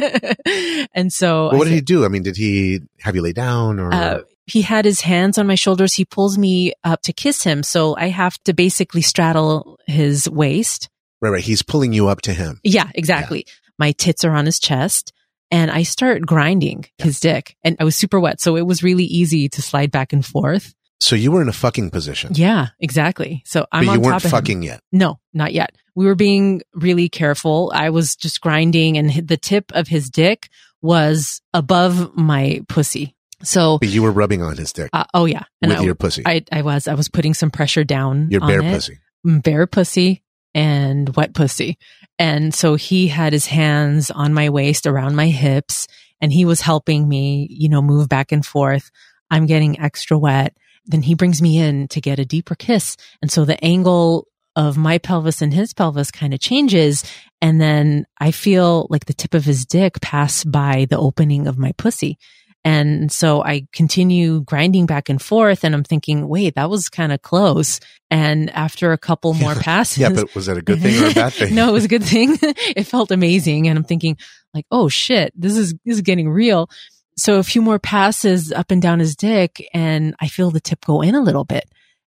and so Well, I what did said- he do? I mean, did he have you lay down or? uh, he had his hands on my shoulders. He pulls me up to kiss him. So I have to basically straddle his waist. right, right. He's pulling you up to him. Yeah, exactly. My tits are on his chest and I start grinding his dick and I was super wet. So it was really easy to slide back and forth. So you were in a fucking position, Yeah, exactly. So I'm but on you weren't top of him. fucking yet. No, not yet. We were being really careful. I was just grinding and hit- the tip of his dick was above my pussy. So, But you were rubbing on his dick uh, oh yeah. with I, your pussy, I, I was I was putting some pressure down. your on bare it. pussy. Mm, bare pussy, and wet pussy, and so he had his hands on my waist, around my hips, and he was helping me, you know, move back and forth. I'm getting extra wet. Then he brings me in to get a deeper kiss, and so the angle of my pelvis and his pelvis kind of changes, and then I feel like the tip of his dick pass by the opening of my pussy. And so I continue grinding back and forth and I'm thinking, wait, that was kind of close. And after a couple more passes. Yeah, but was that a good thing or a bad thing? no, it was a good thing. it felt amazing. And I'm thinking like, oh shit, this is, this is getting real. So a few more passes up and down his dick and I feel the tip go in a little bit.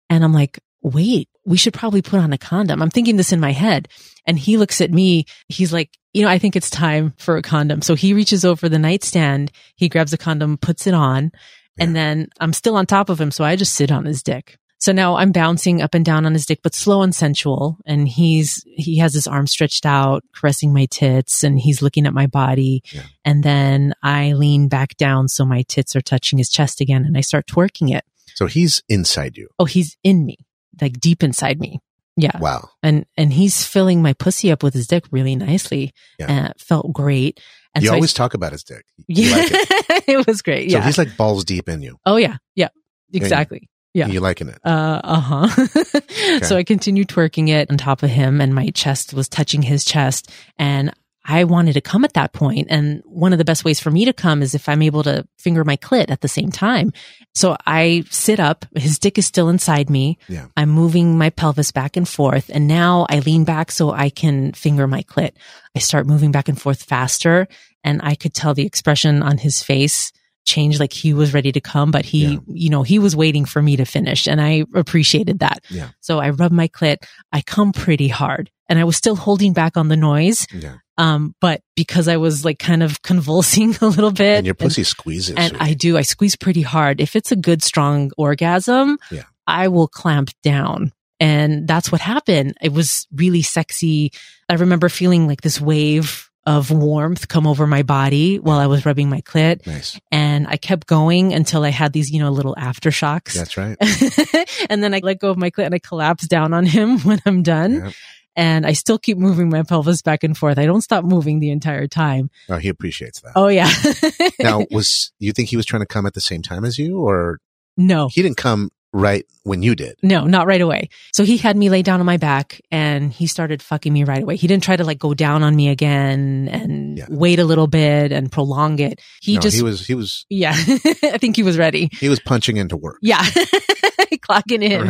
And I'm like, wait, we should probably put on a condom. I'm thinking this in my head. And he looks at me. He's like, you know, I think it's time for a condom. So he reaches over the nightstand. He grabs a condom, puts it on. And then I'm still on top of him. So I just sit on his dick. So now I'm bouncing up and down on his dick, but slow and sensual. And he's, he has his arms stretched out, caressing my tits and he's looking at my body. Yeah. And then I lean back down. So my tits are touching his chest again and I start twerking it. So he's inside you. Oh, he's in me, like deep inside me. Yeah. Wow. And, and he's filling my pussy up with his dick really nicely. Yeah. And it felt great. And you so I- always talk about his dick. You yeah, like it. it. was great. So Yeah. he's like balls deep in you. oh yeah. Yeah. Exactly. Yeah. And you're liking it. Uh huh. So I continued twerking it on top of him, and my chest was touching his chest, and I wanted to come at that point. And one of the best ways for me to come is if I'm able to finger my clit at the same time. So I sit up. His dick is still inside me. Yeah. I'm moving my pelvis back and forth. And now I lean back so I can finger my clit. I start moving back and forth faster. And I could tell the expression on his face change like he was ready to come, but he, Yeah. you know, he was waiting for me to finish. And I appreciated that. Yeah. So I rub my clit. I come pretty hard and I was still holding back on the noise. Yeah. Um, but because I was like kind of convulsing a little bit And your pussy squeezes. and, sweetie. I do, I squeeze pretty hard. If it's a good, strong orgasm, Yeah. I will clamp down. And that's what happened. It was really sexy. I remember feeling like this wave of warmth come over my body while I was rubbing my clit nice. and I kept going until I had these, you know, little aftershocks. That's right. and then I let go of my clit and I collapse down on him when I'm done. Yeah. And I still keep moving my pelvis back and forth. I don't stop moving the entire time. Oh, he appreciates that. Oh yeah. Now, was you think he was trying to come at the same time as you, or no. he didn't come right when you did? No, not right away. So he had me lay down on my back and he started fucking me right away. He didn't try to like go down on me again and Yeah. wait a little bit and prolong it. He no, just he was he was yeah, I think he was ready. he was punching into work. Yeah. Clocking in, Right.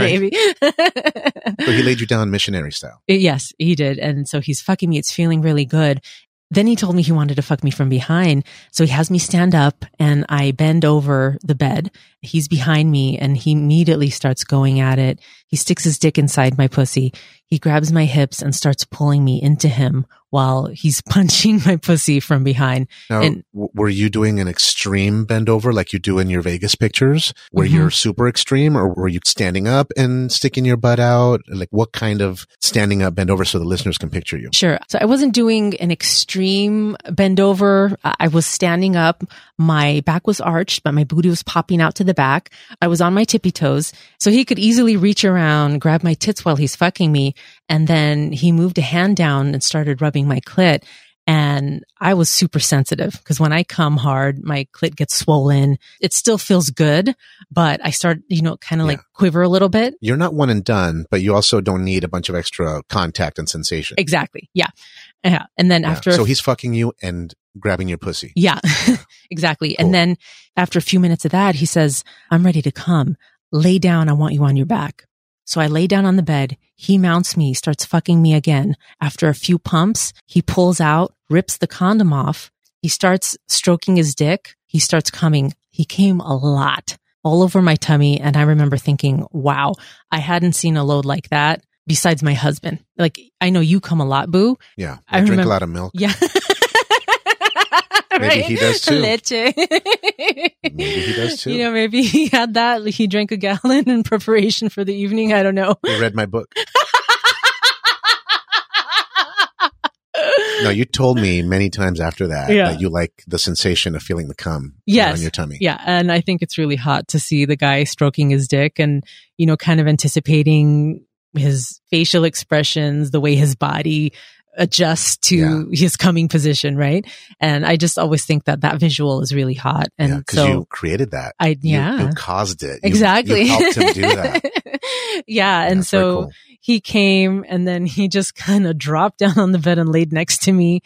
baby. So he laid you down missionary style. Yes, he did. And so he's fucking me. It's feeling really good. Then he told me he wanted to fuck me from behind. So he has me stand up and I bend over the bed. He's behind me and he immediately starts going at it. He sticks his dick inside my pussy. He grabs my hips and starts pulling me into him while he's punching my pussy from behind. Now, And- w- were you doing an extreme bend over like you do in your Vegas pictures, where Mhm. you're super extreme, or were you standing up and sticking your butt out? Like, what kind of standing up bend over so the listeners can picture you? Sure. So I wasn't doing an extreme bend over. I I was standing up. My back was arched, but my booty was popping out to the back. I was on my tippy toes. So he could easily reach around, grab my tits while he's fucking me. And then he moved a hand down and started rubbing my clit. And I was super sensitive because when I come hard, my clit gets swollen. It still feels good, but I start, you know, kind of Yeah. like quiver a little bit. You're not one and done, but you also don't need a bunch of extra contact and sensation. Exactly. Yeah. Yeah. And then Yeah. after so he's fucking you and grabbing your pussy. Yeah, exactly. Cool. And then after a few minutes of that, he says, I'm ready to come. Lay down. I want you on your back. So I lay down on the bed. He mounts me, starts fucking me again. After a few pumps, he pulls out, rips the condom off. He starts stroking his dick. He starts coming. He came a lot all over my tummy. And I remember thinking, wow, I hadn't seen a load like that besides my husband. Like, I know you come a lot, boo. Yeah, I I drink remember- a lot of milk. Yeah. Maybe he does too. Leche. Maybe he does too. You know, maybe he had that. like, He drank a gallon in preparation for the evening. I don't know. You read my book. No, you told me many times after that Yeah. that you like the sensation of feeling the cum Yes. on your tummy. Yeah. And I think it's really hot to see the guy stroking his dick and, you know, kind of anticipating his facial expressions, the way his body adjusts to Yeah. his coming position. Right. And I just always think that that visual is really hot. And Yeah, because so you created that. I, You- yeah. You, caused it. You- exactly. You helped him do that. yeah. Yeah, And it's very so cool. he came and then he just kind of dropped down on the bed and laid next to me.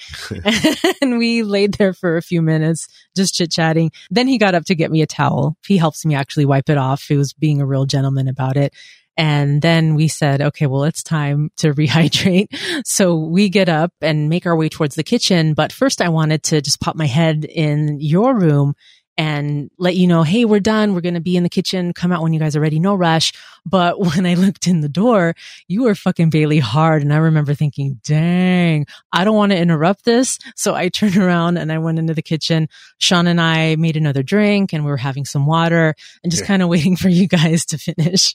and we laid there for a few minutes, just chit chatting. Then he got up to get me a towel. He helps me actually wipe it off. He was being a real gentleman about it. And then we said, okay, well, it's time to rehydrate. So we get up and make our way towards the kitchen. But first, I wanted to just pop my head in your room and let you know, hey, we're done. We're going to be in the kitchen. Come out when you guys are ready. No rush. But when I looked in the door, you were fucking Bailey hard. And I remember thinking, dang, I don't want to interrupt this. So I turned around and I went into the kitchen. Sean and I made another drink and we were having some water and just Yeah. kind of waiting for you guys to finish.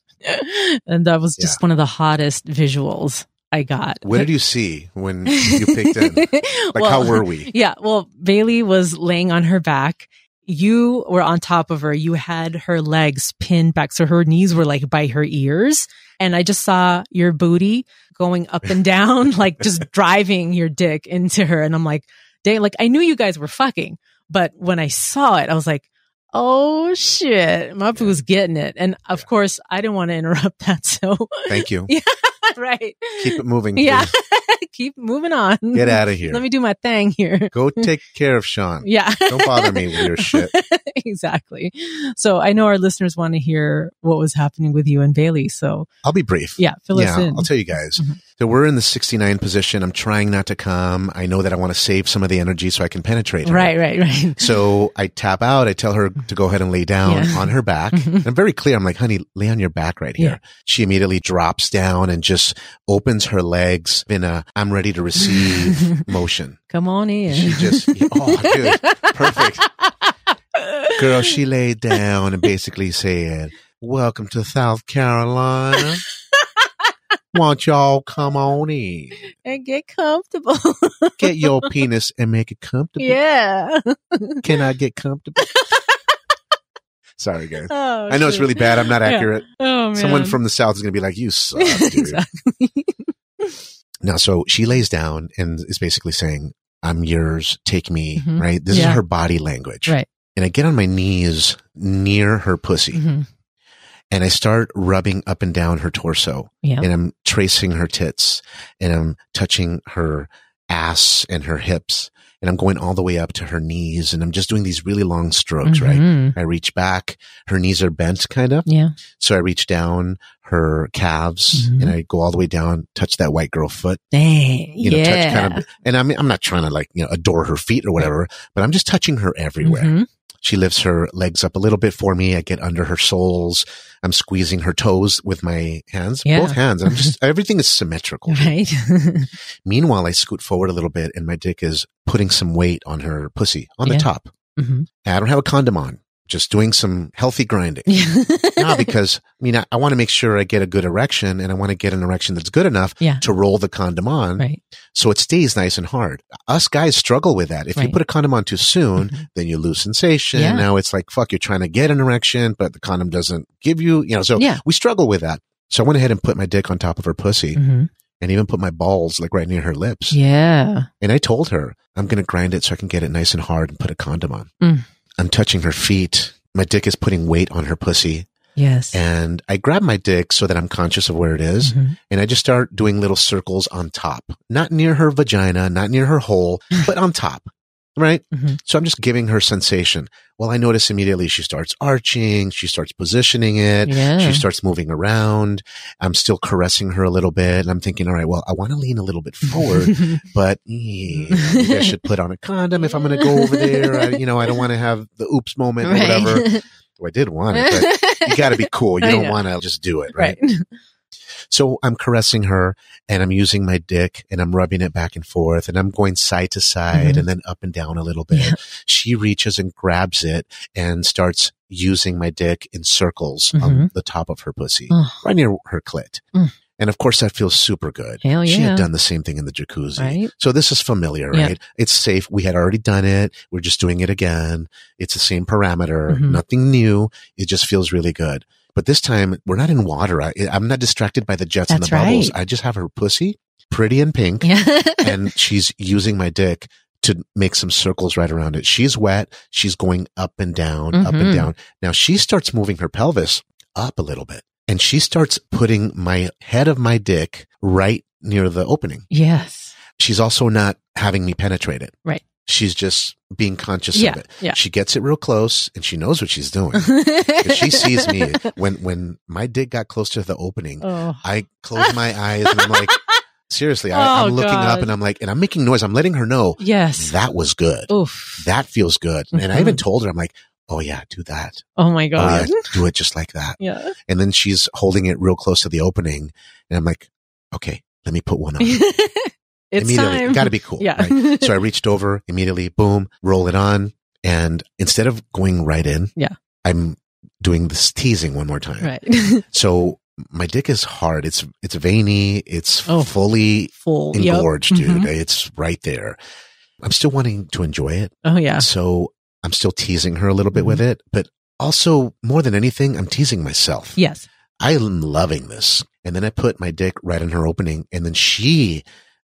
and that was just one of the hottest visuals I got. What did you see when you picked in? Like, how were we? Yeah. Well, Bailey was laying on her back. You were on top of her. You had her legs pinned back. So her knees were like by her ears. And I just saw your booty going up and down, like just driving your dick into her. And I'm like, dang, like I knew you guys were fucking, but when I saw it, I was like, oh shit, my boo's getting it. And of course, I didn't want to interrupt that. So Thank you. right. Keep it moving. Yeah. please. Keep moving on. Get out of here. Let me do my thing here. Go take care of Sean. Yeah. Don't bother me with your shit. exactly. So I know our listeners want to hear what was happening with you and Bailey. So I'll be brief. yeah, fill us in. I'll tell you guys. Mhm. So we're in the 69 position. I'm trying not to come. I know that I want to save some of the energy so I can penetrate her. right, right, right. So I tap out. I tell her to go ahead and lay down Yeah. on her back. Mhm. And I'm very clear. I'm like, honey, lay on your back right here. She immediately drops down and just opens her legs in a I'm ready to receive motion. Come on She in. just, oh, dude, perfect. Girl, she laid down and basically said, Welcome to South Carolina. Won't y'all come on in? and get comfortable. Get your penis and make it comfortable. yeah. Can I get comfortable? Sorry, guys. Oh, I know it's shoot. really bad. I'm not Yeah. accurate. Oh, man. Someone from the South is going to be like, You suck, dude. exactly. No, so she lays down and is basically saying, I'm yours, take me, Mhm. right? This Yeah. is her body language. Right. And I get on my knees near her pussy Mhm. and I start rubbing up and down her torso Yeah. and I'm tracing her tits and I'm touching her ass and her hips and I'm going all the way up to her knees and I'm just doing these really long strokes, right? Mhm. I reach back, her knees are bent kind of. Yeah. So I reach down her calves Mhm. and I go all the way down, touch that white girl foot Dang. you know, yeah. touch kind of, and I mean, I'm not trying to like, you know, adore her feet or whatever, but I'm just touching her everywhere. Mhm. She lifts her legs up a little bit for me. I get under her soles. I'm squeezing her toes with my hands, Yeah. both hands. I'm just, everything is symmetrical. Right. Meanwhile, I scoot forward a little bit and my dick is putting some weight on her pussy on Yeah. the top. hmm And I don't have a condom on, just doing some healthy grinding. no, because I mean, I, I want to make sure I get a good erection and I want to get an erection that's good enough Yeah. to roll the condom on right. so it stays nice and hard. Us guys struggle with that. If Right. you put a condom on too soon, Mhm. then you lose sensation. Yeah. Now it's like, fuck, you're trying to get an erection, but the condom doesn't give you, you know, so Yeah. we struggle with that. So I went ahead and put my dick on top of her pussy Mhm. and even put my balls like right near her lips. Yeah. And I told her, I'm going to grind it so I can get it nice and hard and put a condom on. Mm. I'm touching her feet. My dick is putting weight on her pussy Yes. and I grab my dick so that I'm conscious of where it is Mhm. and I just start doing little circles on top, not near her vagina, not near her hole, but on top, right? Mhm. So I'm just giving her sensation. Well, I notice immediately she starts arching, she starts positioning it, Yeah. she starts moving around. I'm still caressing her a little bit, and I'm thinking, all right, well, I want to lean a little bit forward, but eh, maybe I should put on a condom if I'm going to go over there. I, you know, I don't want to have the oops moment or whatever. Well, I did want it, but. You got to be cool. You I don't know. want to just do it, right? right. So I'm caressing her and I'm using my dick and I'm rubbing it back and forth and I'm going side to side Mhm. and then up and down a little bit. Yeah. She reaches and grabs it and starts using my dick in circles on Mhm. the top of her pussy, Oh. right near her clit. Mm. And of course, that feels super good. Hell She yeah. had done the same thing in the jacuzzi. Right. So this is familiar, Yeah. right? It's safe. We had already done it. We're just doing it again. It's the same parameter, Mhm. nothing new. It just feels really good. But this time we're not in water. I, I'm not distracted by the jets and That's the bubbles. right. I just have her pussy pretty and pink Yeah. and she's using my dick to make some circles right around it. She's wet. She's going up and down, up Mhm. and down. Now she starts moving her pelvis up a little bit and she starts putting my head of my dick right near the opening yes. she's also not having me penetrate it. Right. She's just being conscious Yeah, of it. yeah. She gets it real close and she knows what she's doing. if she sees me when when my dick got close to the opening, Oh. I close my eyes and I'm like, seriously, I, Oh, I'm looking God. up and I'm like, and I'm making noise. I'm letting her know Yes. that was good. Oof. That feels good. And I Mhm. even told her, I'm like, oh yeah, do that. oh my god. Oh yeah, do it just like that. yeah. And then she's holding it real close to the opening, and I'm like, okay, let me put one on. it's Immediately, time. got to be cool. yeah. right? So I reached over immediately, boom, roll it on. And instead of going right in, Yeah. I'm doing this teasing one more time. right. So my dick is hard. It's it's veiny. It's Oh. fully Full. Yep. engorged, dude. Mhm. It's right there. I'm still wanting to enjoy it. Oh yeah. Mm-hmm. So I'm still teasing her a little bit with it, but also more than anything, I'm teasing myself. Yes. I'm loving this. And then I put my dick right in her opening and then she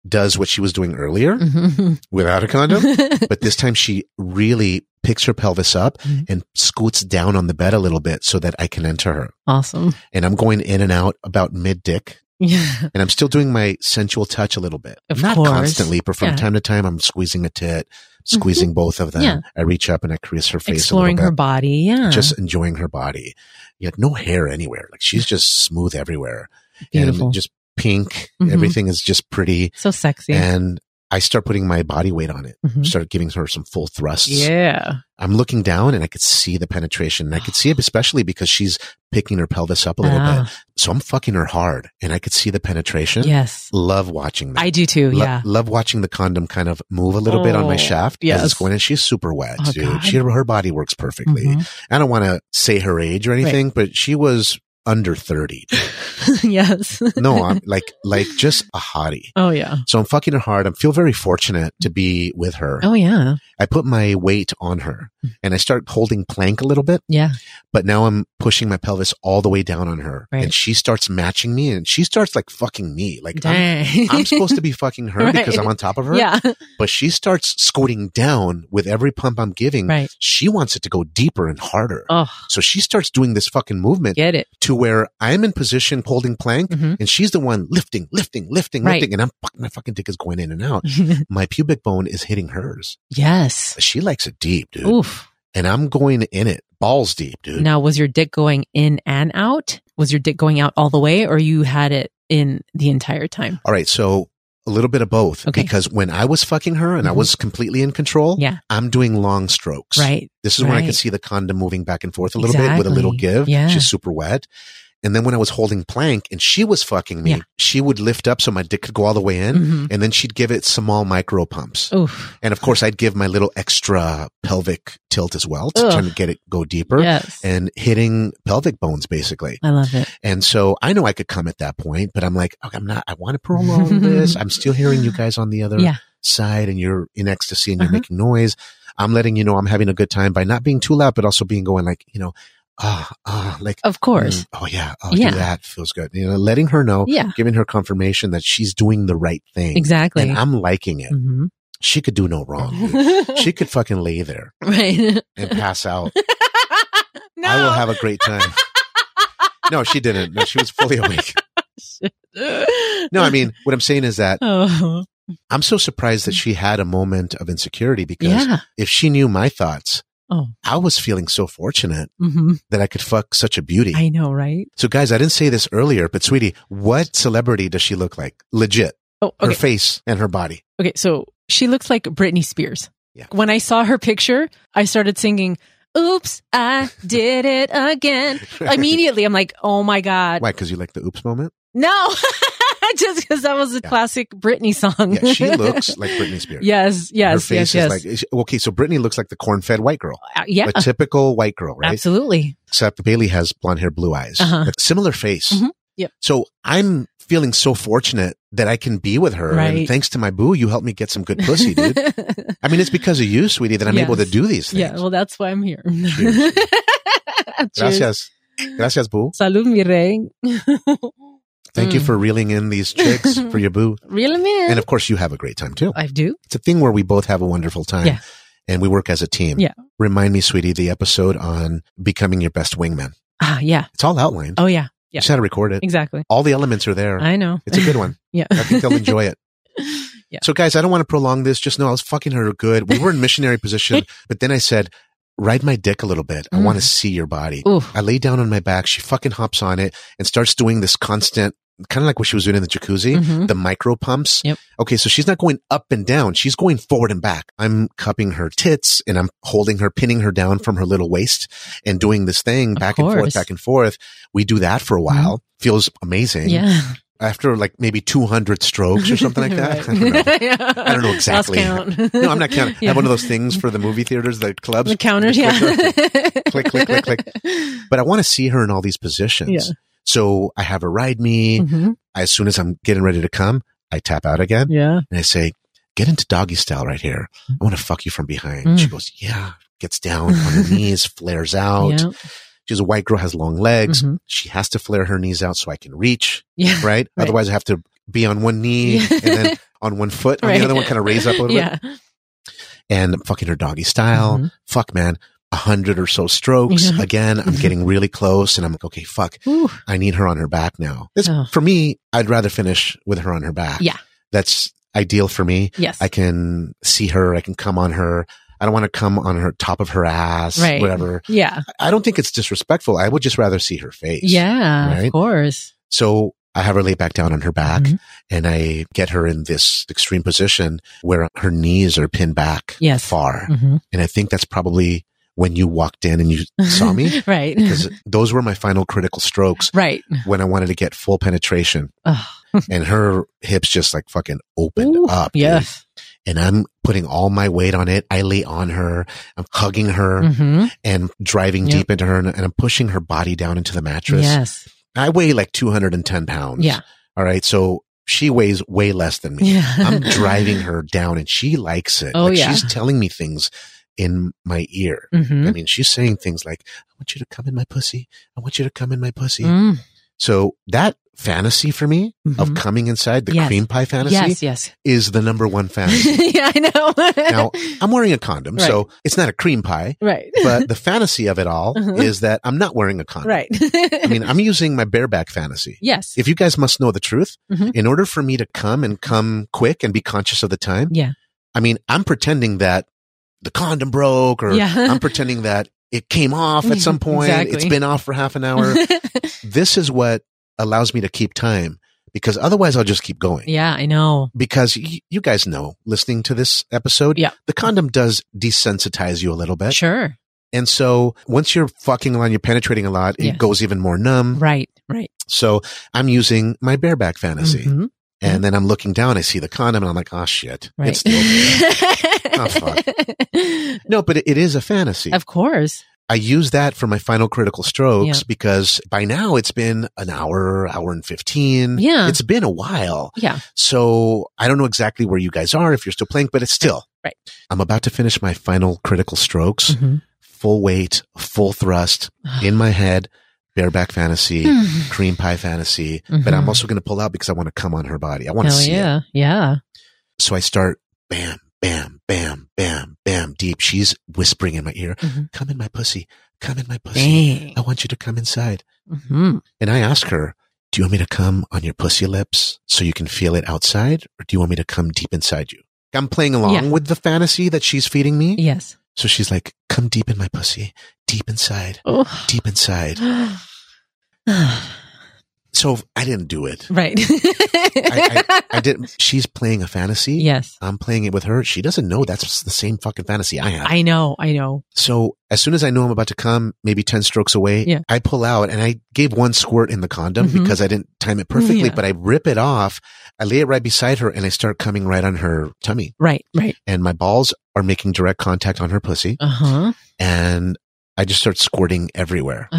does what she was doing earlier Mhm. without a condom but this time she really picks her pelvis up Mhm. and scoots down on the bed a little bit so that I can enter her. awesome. And I'm going in and out about mid dick Yeah. and I'm still doing my sensual touch a little bit. Of Not course. constantly, but from Yeah. Mm-hmm. time to time, I'm squeezing a tit, squeezing both of them. Yeah. I reach up and I caress her face Exploring a little her bit, body. Yeah. just enjoying her body. You know, no hair anywhere. Like she's just smooth everywhere beautiful. and just pink. Mhm. Everything is just pretty. so sexy. And I start putting my body weight on it. Mhm. Start giving her some full thrusts. Yeah. I'm looking down and I could see the penetration. And I could see it especially because she's picking her pelvis up a little bit. Ah, So I'm fucking her hard and I could see the penetration. yes. Love watching that. I do too. Lo- yeah. love watching the condom kind of move a little bit on my Oh, shaft yes. as it's going in. She's super wet, Oh, dude. God. She, her body works perfectly. Mhm. I don't want to say her age or anything, but she was under 30. yes. No, I'm like, like just a hottie. Oh, yeah. So I'm fucking her hard. I feel very fortunate to be with her. Oh, Hmm. yeah. I put my weight on her and I start holding plank a little bit, Yeah. but now I'm pushing my pelvis all the way down on her Right. and she starts matching me and she starts like fucking me. Like I'm, Dang. I'm supposed to be fucking her Right. because I'm on top of her. Yeah. but she starts squirting down with every pump I'm giving. Right. She wants it to go deeper and harder. Oh, so she starts doing this fucking movement get it. to where I'm in position holding plank Mhm. and she's the one lifting, lifting, lifting, Right. Mm-hmm. lifting. And I'm fucking, my fucking dick is going in and out. My pubic bone is hitting hers. yes. She likes it deep, dude. Oof. And I'm going in it balls deep, dude. Now, was your dick going in and out? Was your dick going out all the way or you had it in the entire time? All right. So a little bit of both Okay. because when I was fucking her and I Mhm. was completely in control, Yeah. I'm doing long strokes. Right. This is when I Right. could see the condom moving back and forth a little bit with a little Exactly. give. Yeah. She's super wet. And then when I was holding plank and she was fucking me, Yeah. she would lift up so my dick could go all the way in. hmm And then she'd give it small micro Oh. pumps. Oof. And of course, I'd give my little extra pelvic tilt as well to Ugh. try to get it go deeper Yes. and hitting pelvic bones basically. I love it. And so I know I could come at that point, but I'm like, okay, I'm not, I want to prolong this. I'm still hearing you guys on the other Yeah. side and you're in ecstasy and you're Uh-huh. making noise. I'm letting you know I'm having a good time by not being too loud, but also being going like, you know, ah, ah, like, Of course. mm, oh yeah, oh, Yeah. do that feels good. You know, letting her know, Yeah. giving her confirmation that she's doing the right thing. Exactly. And I'm liking it. hmm She could do no wrong. she could fucking lay there right. and pass out. no. I will have a great time. No, she didn't. No, she was fully awake. No, I mean, what I'm saying is that Oh. I'm so surprised that she had a moment of insecurity because Mm. Yeah. if she knew my thoughts, Oh. I was feeling so fortunate hmm that I could fuck such a beauty. I know, right? so, guys, I didn't say this earlier, but sweetie, what celebrity does she look like? Legit, Oh, her okay. face and her body. Okay, so she looks like Britney Spears. Yeah. When I saw her picture, I started singing, Oops, I did it again. Immediately, I'm like, oh my God. Why? Because you like the oops moment? No, just because that was a Yeah. classic Britney song. Yeah, she looks like Britney Spears. Yes, her yes, yes, yes. face is like is- okay. So Britney looks like the corn-fed white girl, Uh, yeah, a typical white girl, right? absolutely. Except Bailey has blonde hair, blue eyes, Uh-huh. But similar face. Mhm. Yep. So I'm feeling so fortunate that I can be with her, Right. and thanks to my boo, you helped me get some good pussy, dude. I mean, it's because of you, sweetie, that I'm able to Yes. do these things. yeah, well, that's why I'm here. Cheers. Cheers. Gracias. Gracias, boo. Salud, mi rey. Thank you Mm. for reeling in these chicks for your boo. Real man. And of course, you have a great time too. I do. It's a thing where we both have a wonderful time Yeah. and we work as a team. Yeah. Remind me, sweetie, the episode on becoming your best wingman. Ah, yeah. It's all outlined. Oh, yeah. You just had to record it. Exactly. All the elements are there. I know. it's a good one. Yeah. I think they'll enjoy it. Yeah. So, guys, I don't want to prolong this. Just know I was fucking her good. We were in missionary position, but then I said, ride my dick a little bit. I Mm. want to see your body. Ooh. I lay down on my back. She fucking hops on it and starts doing this constant, kind of like what she was doing in the jacuzzi, Mhm. the micro pumps. Yep. Okay. So she's not going up and down. She's going forward and back. I'm cupping her tits and I'm holding her, pinning her down from her little waist and doing this thing Of back and course. Mm-hmm. forth, back and forth. We do that for a while. Feels amazing. Yeah. After like maybe 200 strokes or something like that. I don't know. I don't know exactly. Lost count. No, I'm not counting. I Yeah. have one of those things for the movie theaters, the clubs. The counters, yeah. Click, click, click, click. But I want to see her in all these positions. Yeah. So I have her ride me. Mhm. As soon as I'm getting ready to come, I tap out again Yeah. and I say, get into doggy style right here. I want to fuck you from behind. Mm. She goes, yeah, gets down on her knees, flares out. Yeah. She's a white girl, has long legs. Mhm. She has to flare her knees out so I can reach, Yeah. right? Otherwise I have to be on one knee Yeah. and then on one foot on Right. the other one, kind of raise up a little bit yeah. and I'm fucking her doggy style. Mhm. Fuck, man. a hundred or so strokes. Yeah. Again, I'm getting really close and I'm like, okay, fuck, Ooh. I need her on her back now. This, Oh. For me, I'd rather finish with her on her back. Yeah. That's ideal for me. Yes. I can see her. I can come on her. I don't want to come on her top of her ass, Right. whatever. yeah. I don't think it's disrespectful. I would just rather see her face. Yeah. Right? Of course. So I have her lay back down on her back Mhm. and I get her in this extreme position where her knees are pinned back Yes. far. hmm And I think that's probably when you walked in and you saw me right. because those were my final critical strokes Right. Oh, when I wanted to get full penetration Ugh. and her hips just like fucking opened Ooh, up. dude. Yes. And I'm putting all my weight on it. I lay on her. I'm hugging her hmm and driving Yep. deep into her and, and I'm pushing her body down into the mattress. Yes. I weigh like 210 pounds. Yeah. All right. So she weighs way less than me. Yeah. I'm driving her down and she likes it. Oh, Like, yeah. She's telling me things in my ear. hmm I mean, she's saying things like, I want you to come in my pussy. I want you to come in my pussy. Mm. So that fantasy for me of Mhm. coming inside the Yes. cream pie fantasy Yes. Yes. is the number one fantasy. yeah, I know. now I'm wearing a condom, Right. so it's not a cream pie, right. but the fantasy of it all Uh-huh. is that I'm not wearing a condom. right. I mean, I'm using my bareback fantasy. yes. If you guys must know the truth, Mhm. in order for me to come and come quick and be conscious of the time, Yeah. I mean, I'm pretending that the condom broke or Yeah. I'm pretending that it came off at some point. Exactly. It's been off for half an hour. this is what allows me to keep time because otherwise I'll just keep going. yeah, I know. Because y- you guys know, listening to this episode, Yeah. the condom does desensitize you a little bit. Sure. And so once you're fucking a lot, you're penetrating a lot, it Yes. goes even more numb. Right. Right. So I'm using my bareback fantasy. Mhm. And then I'm looking down, I see the condom, and I'm like, oh shit. Right. It's still there. no, but it, it is a fantasy. of course. I use that for my final critical strokes Yeah. because by now it's been an hour, hour and 15. Yeah. It's been a while. Yeah. So I don't know exactly where you guys are if you're still playing, but it's still. Right. I'm about to finish my final critical strokes, Mhm. full weight, full thrust in my head, bareback fantasy, Hmm. Mm-hmm. cream pie fantasy. But Mhm. I'm also going to pull out because I want to come on her body. I want to Mm-hmm. Hell see yeah. it. Yeah. So I start bam, bam, bam, bam, bam, deep. She's whispering in my ear, Mhm. come in my pussy, come in my pussy. Dang. I want you to come inside. Mhm. And I ask her, do you want me to come on your pussy lips so you can feel it outside? Or do you want me to come deep inside you? I'm playing along Yeah. with the fantasy that she's feeding me. Yes. So she's like, come deep in my pussy, deep inside, Oh. deep inside. So I didn't do it. right. I didn't. She's playing a fantasy. yes. I'm playing it with her. She doesn't know that's the same fucking fantasy I have. I know. I know. So as soon as I know I'm about to come, maybe 10 strokes away, Yeah. I pull out and I gave one squirt in the condom Mhm. because I didn't time it perfectly, Yeah. but I rip it off. I lay it right beside her and I start coming right on her tummy Right. Right. and my balls are making direct contact on her pussy Uh huh. and I just start squirting everywhere.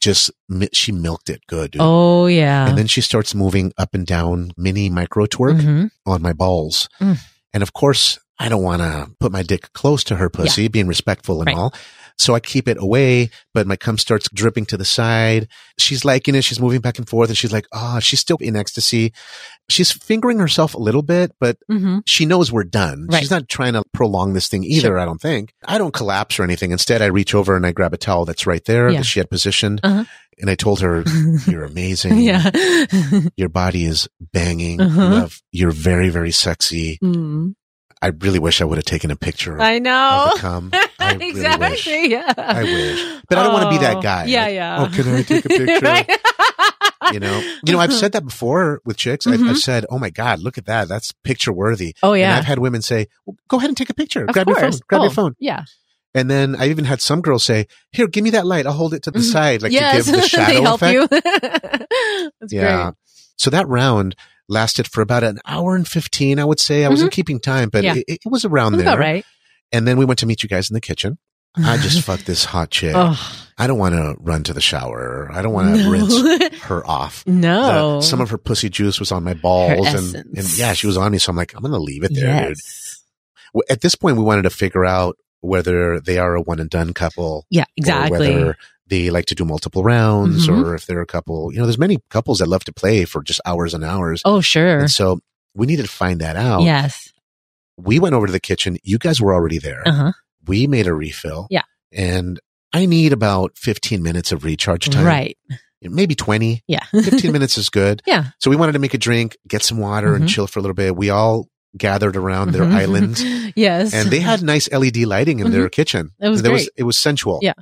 Just mi- she milked it good. Dude. Oh yeah. And then she starts moving up and down mini micro twerk Mhm. on my balls. Mm. And of course, I don't want to put my dick close to her pussy, being respectful and Right. all. So I keep it away, but my cum starts dripping to the side. She's liking it. She's moving back and forth and she's like, ah, she's still in ecstasy. She's fingering herself a little bit, but Mhm. she knows we're done. Right. She's not trying to prolong this thing either, Sure. I don't think. I don't collapse or anything. Instead, I reach over and I grab a towel that's right there Yeah. that she had positioned. Uh-huh. And I told her, you're amazing. Mm-hmm. yeah. Your body is banging. Uh-huh. You have- you're very, very sexy. Mm. I really wish I would have taken a picture I know. of the cum. I really exactly. wish. Yeah. I wish. But I don't wanna be that guy. Yeah. Like, Yeah. "Oh, can I take a picture?" You know, you know, I've Mm-hmm. said that before with chicks. I've, I've Mhm. said, "Oh my God, look at that! That's picture worthy." Oh And yeah. I've had women say, well, "Go ahead and take a picture. Of grab your phone. course. Grab your Oh, phone." Yeah. And then I even had some girls say, "Here, give me that light. I'll hold it to the Mhm. side, like yes. to give the they shadow help effect." you. That's Yeah. So that round lasted for about an hour and fifteen. I would say I wasn't keeping time, but Mm-hmm. Yeah. it, it was around great. That's there. about right. And then we went to meet you guys in the kitchen. I just fucked this hot chick. Oh, I don't want to run to the shower. I don't want to no. rinse her off. The- no. some of her pussy juice was on my balls, Oh. Her and, and essence. yeah, she was on me. So I'm like, I'm gonna leave it there, dude. yes. W- At this point, we wanted to figure out whether they are a one and done couple, Yeah. or Exactly. whether they like to do multiple rounds, Mhm. or if they're a couple. You know, there's many couples that love to play for just hours and hours, Oh sure. and so we needed to find that out. Yes. We went over to the kitchen. You guys were already there. Uh huh. We made a refill. Yeah. and I need about 15 minutes of recharge time. Right. Maybe 20. Yeah. 15 minutes is good. Yeah. So we wanted to make a drink, get some water and Mhm. chill for a little bit. We all gathered around their Mhm. island yes. and they had nice LED lighting in their kitchen. That was And there was great. it was sensual. Yeah.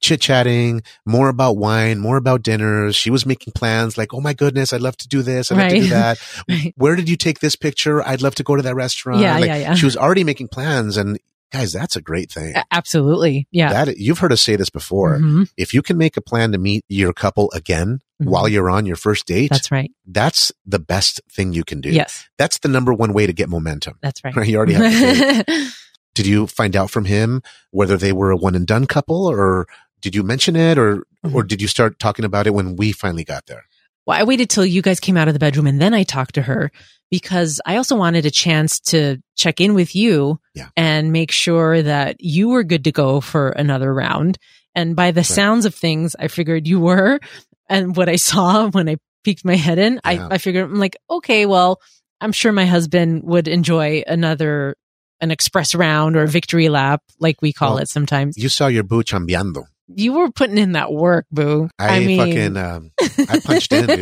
Chit chatting, more about wine, more about dinners. She was making plans like, oh my goodness, I'd love to do this. I'd love to do Right. that. Right. Where did you take this picture? I'd love to go to that restaurant. Yeah, Like, yeah, yeah. She was already making plans and guys, that's a great thing. A- Absolutely. Yeah. That you've heard us say this before. Mhm. If you can make a plan to meet your couple again Mhm. while you're on your first date, that's, That's right. the best thing you can do. Yes. That's the number one way to get momentum. That's right. You already have a date. Did you find out from him whether they were a one and done couple or did you mention it or Mm-hmm. or did you start talking about it when we finally got there? Well, I waited till you guys came out of the bedroom and then I talked to her because I also wanted a chance to check in with you Yeah. and make sure that you were good to go for another round. And by the sounds of things, I figured you were. And what I saw when I peeked my head in, Yeah. I, I figured I'm like, okay, well, I'm sure my husband would enjoy another, an express round or a victory lap, like we call Well, it sometimes. You saw your boo chambeando. You were putting in that work, boo. I, fucking um, I punched in. Dude.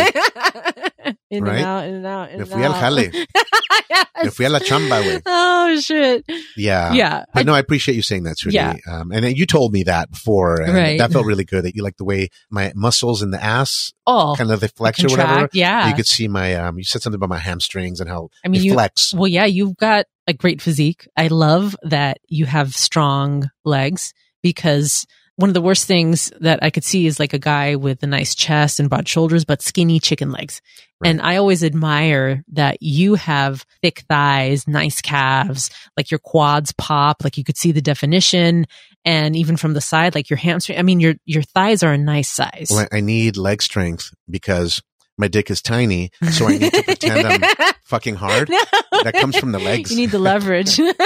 in Right? and out, in and out, in Me and fui al out. jale. Yes. Me fui a la chamba, güey. Ah. Oh shit! Yeah. yeah, But no, I appreciate you saying that, Sweetie. Yeah. Um, and then you told me that before, and Right. that felt really good. That you like the way my muscles in the ass all kind of they flex or oh, contract. whatever. You Yeah, could see my. Um, you said something about my hamstrings and how I mean, they you- flex. well, yeah, you've got a great physique. I love that you have strong legs because one of the worst things that I could see is like a guy with a nice chest and broad shoulders, but skinny chicken legs. Right. And I always admire that you have thick thighs, nice calves, like your quads pop, like you could see the definition. And even from the side, like your hamstring, I mean, your, your thighs are a nice size. Well, I I need leg strength because my dick is tiny, so I need to pretend I'm fucking hard. No. That comes from the legs. You need the leverage.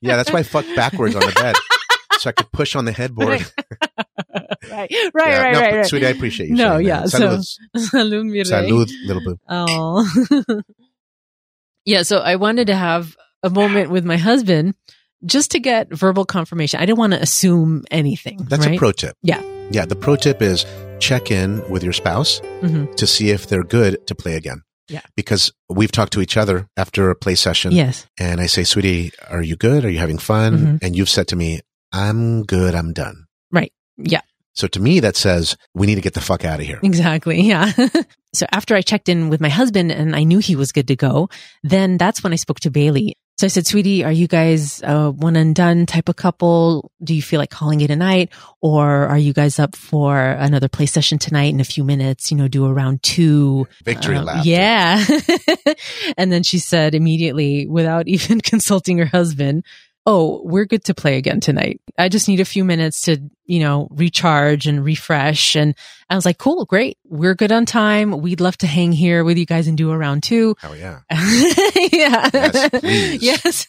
Yeah, that's why I fuck backwards on the bed. So I could push on the headboard. Right. right, right, Yeah. right, No, right, but right. Sweetie, I appreciate you. No, saying yeah, That. so- Salud, Salud, mi rey. salud, little boo. Oh. yeah, so I wanted to have a moment with my husband just to get verbal confirmation. I didn't want to assume anything. That's right? a pro tip. Yeah. Yeah. The pro tip is check in with your spouse Mhm. to see if they're good to play again. Yeah. Because we've talked to each other after a play session. Yes. And I say, sweetie, are you good? Are you having fun? Mhm. And you've said to me, I'm good. I'm done. Right. Yeah. So to me, that says we need to get the fuck out of here. Exactly. Yeah. so after I checked in with my husband and I knew he was good to go, then that's when I spoke to Bailey. So I said, sweetie, are you guys a one and done type of couple? Do you feel like calling it a night? Or are you guys up for another play session tonight in a few minutes? You know, do a round two. Victory Uh, lap. Yeah. and then she said immediately, without even consulting her husband, Oh, we're good to play again tonight. I just need a few minutes to, you know, recharge and refresh. And I was like, cool, great. We're good on time. We'd love to hang here with you guys and do a round two. Oh yeah. yeah. Yes, please. Yes.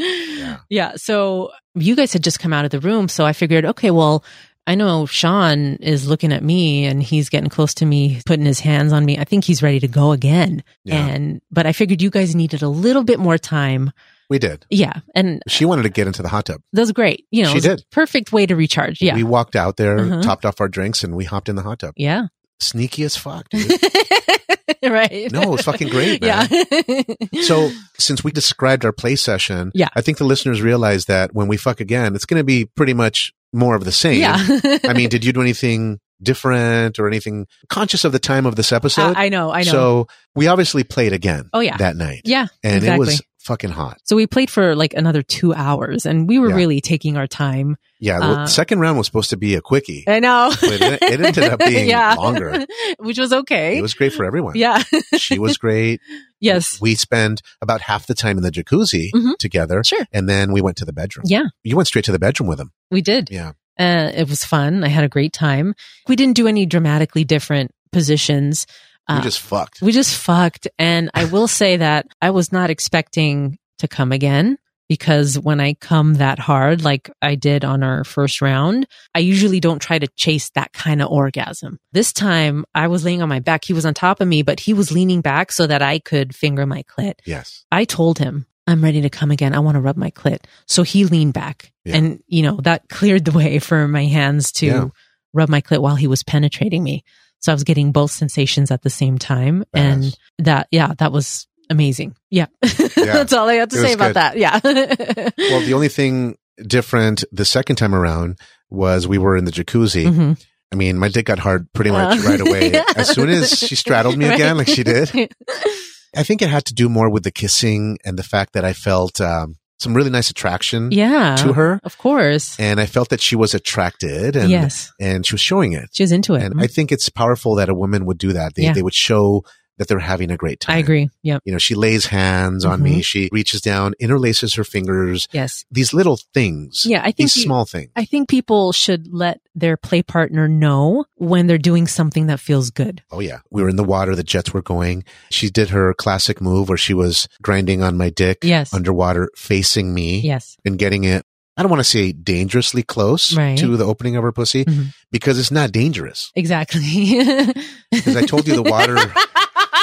Yeah. yeah. So you guys had just come out of the room. So I figured, okay, well, I know Sean is looking at me and he's getting close to me, putting his hands on me. I think he's ready to go again. Yeah. And, but I figured you guys needed a little bit more time. we did. Yeah. And She wanted to get into the hot tub. that was great. You know, She it was a did. perfect way to recharge. Yeah. We walked out there, Uh-huh. topped off our drinks, and we hopped in the hot tub. yeah. Sneaky as fuck, dude. right. No, it was fucking great, man. Yeah. so since we described our play session, Yeah. I think the listeners realize that when we fuck again, it's going to be pretty much more of the same. yeah. I mean, did you do anything different or anything conscious of the time of this episode? I, I know. I know. So we obviously played again. Oh, yeah. That night. yeah. And it exactly. was fucking hot. So we played for like another two hours and we were Yeah. really taking our time. Yeah. The Uh, eh? second round was supposed to be a quickie. I know. But it- it ended up being longer. Which was okay. It was great for everyone. yeah. She was great. yes. We spend about half the time in the jacuzzi Mhm. together. Sure. And then we went to the bedroom. Yeah. You went straight to the bedroom with him. We did. Yeah. Uh, it was fun. I had a great time. We didn't do any dramatically different positions. Uh, we just fucked. we just fucked. And I will say that I was not expecting to come again because when I come that hard, like I did on our first round, I usually don't try to chase that kind of orgasm. This time I was laying on my back. He was on top of me, but he was leaning back so that I could finger my clit. yes. I told him, I'm ready to come again. I want to rub my clit. So he leaned back Yeah. and, you know, that cleared the way for my hands to Yeah. rub my clit while he was penetrating me. So I was getting both sensations at the same time. Badass. And that, yeah, that was amazing. Yeah. That's all I have to It was say about good. that. Yeah. Well, the only thing different the second time around was we were in the jacuzzi. Mhm. I mean, my dick got hard pretty much Uh, right away. yeah. As soon as she straddled me Right. again, like she did, I think it had to do more with the kissing and the fact that I felt um, some really nice attraction yeah. to her. Of course. And I felt that she was attracted and, yes. and she was showing it. She was into it. And I think it's powerful that a woman would do that. They, Yeah. they would show that they're having a great time. I agree. Mm-hmm. Yep. You know, she lays hands on me. She reaches down, interlaces her fingers. Yes. These little things. Yeah. I think These you- small things. I think people should let their play partner know when they're doing something that feels good. Oh yeah, we were in the water. The jets were going. She did her classic move where she was grinding on my dick Yes. underwater, facing me Yes. and getting it. I don't want to say dangerously close Right. to the opening of her pussy Mhm. because it's not dangerous. Exactly. Because I told you the water.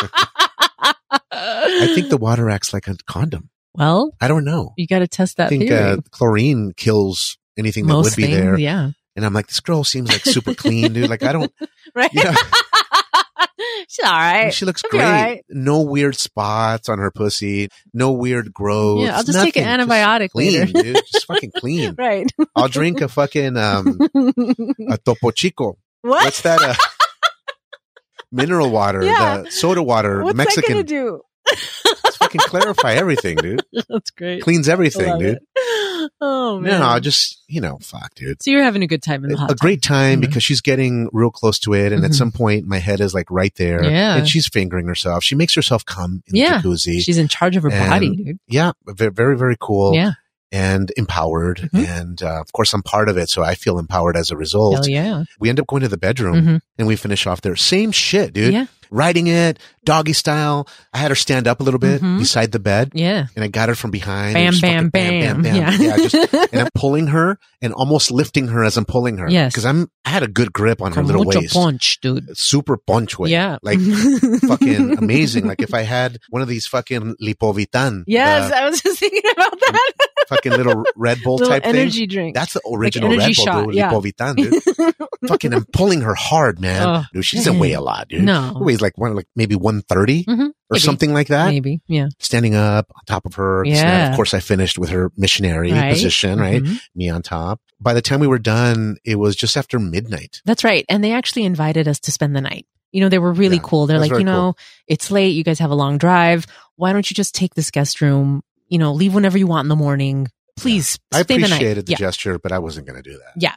I I think the water acts like a condom. well, I don't know. you got to test I that think theory. uh, chlorine kills anything that Most would be things, there. yeah. And I'm like, this girl seems like super clean, dude. Like I don't. Right. Yeah. She's all right. She looks She'll be great. all right. No weird spots on her pussy. No weird growth. Yeah, I'll just take an Oh, nothing. Just- antibiotic clean, later. dude. Just fucking clean. Right. I'll drink a fucking um a Topo Chico. what? What's that? Uh, mineral water, Yeah. the soda water, What's the Mexican. that gonna do? Just fucking clarify everything, dude. That's great. Cleans everything, Love dude. it. Oh man. No, I'll just you know, fuck, dude. so you're having a good time in the hot A great time Mhm. because she's getting real close to it, and Mhm. at some point, my head is like right there, Yeah. and she's fingering herself. She makes herself come in Yeah. the jacuzzi. tub. She's in charge of her And- body, dude. yeah, ve- very very cool. Yeah. And empowered, Mhm. and uh, of course, I'm part of it, so I feel empowered as a result. Hell yeah. We end up going to the bedroom Mhm. and we finish off there. Same shit, dude. Yeah. Riding it, doggy style. I had her stand up a little bit Mhm. beside the bed Yeah. and I got her from behind. and Bam, just bam, fucking bam, Yeah. Yeah. just, and I'm pulling her and almost lifting her as I'm pulling her. Yes. Because I'm, I had a good grip on her Con little mucho waist. punch, dude. Super punch way. Yeah. Like fucking amazing. Like if I had one of these fucking Lipovitan. Yes, the I was just thinking about that. Fucking little Red Bull Little type thing. energy drink. That's the original energy Red Bull, shot, dude. yeah. Lipovitan, dude. fucking I'm pulling her hard, man. Oh, dude, she doesn't man. weigh a lot, dude. No. She weighs like one like maybe one Mhm, or maybe. something like that. Maybe. Yeah. Standing up on top of her. this and that. Yeah. Of course I finished with her missionary Right. position, right? Mhm. Me on top. By the time we were done, it was just after midnight. That's right. And they actually invited us to spend the night. You know, they were really Yeah, cool. They're that's like, very you know, it's late. You guys have a long drive. Why don't you just take this guest room? You know, leave whenever you want in the morning. Please I stay the night. appreciated the gesture, but I wasn't gonna do that. yeah.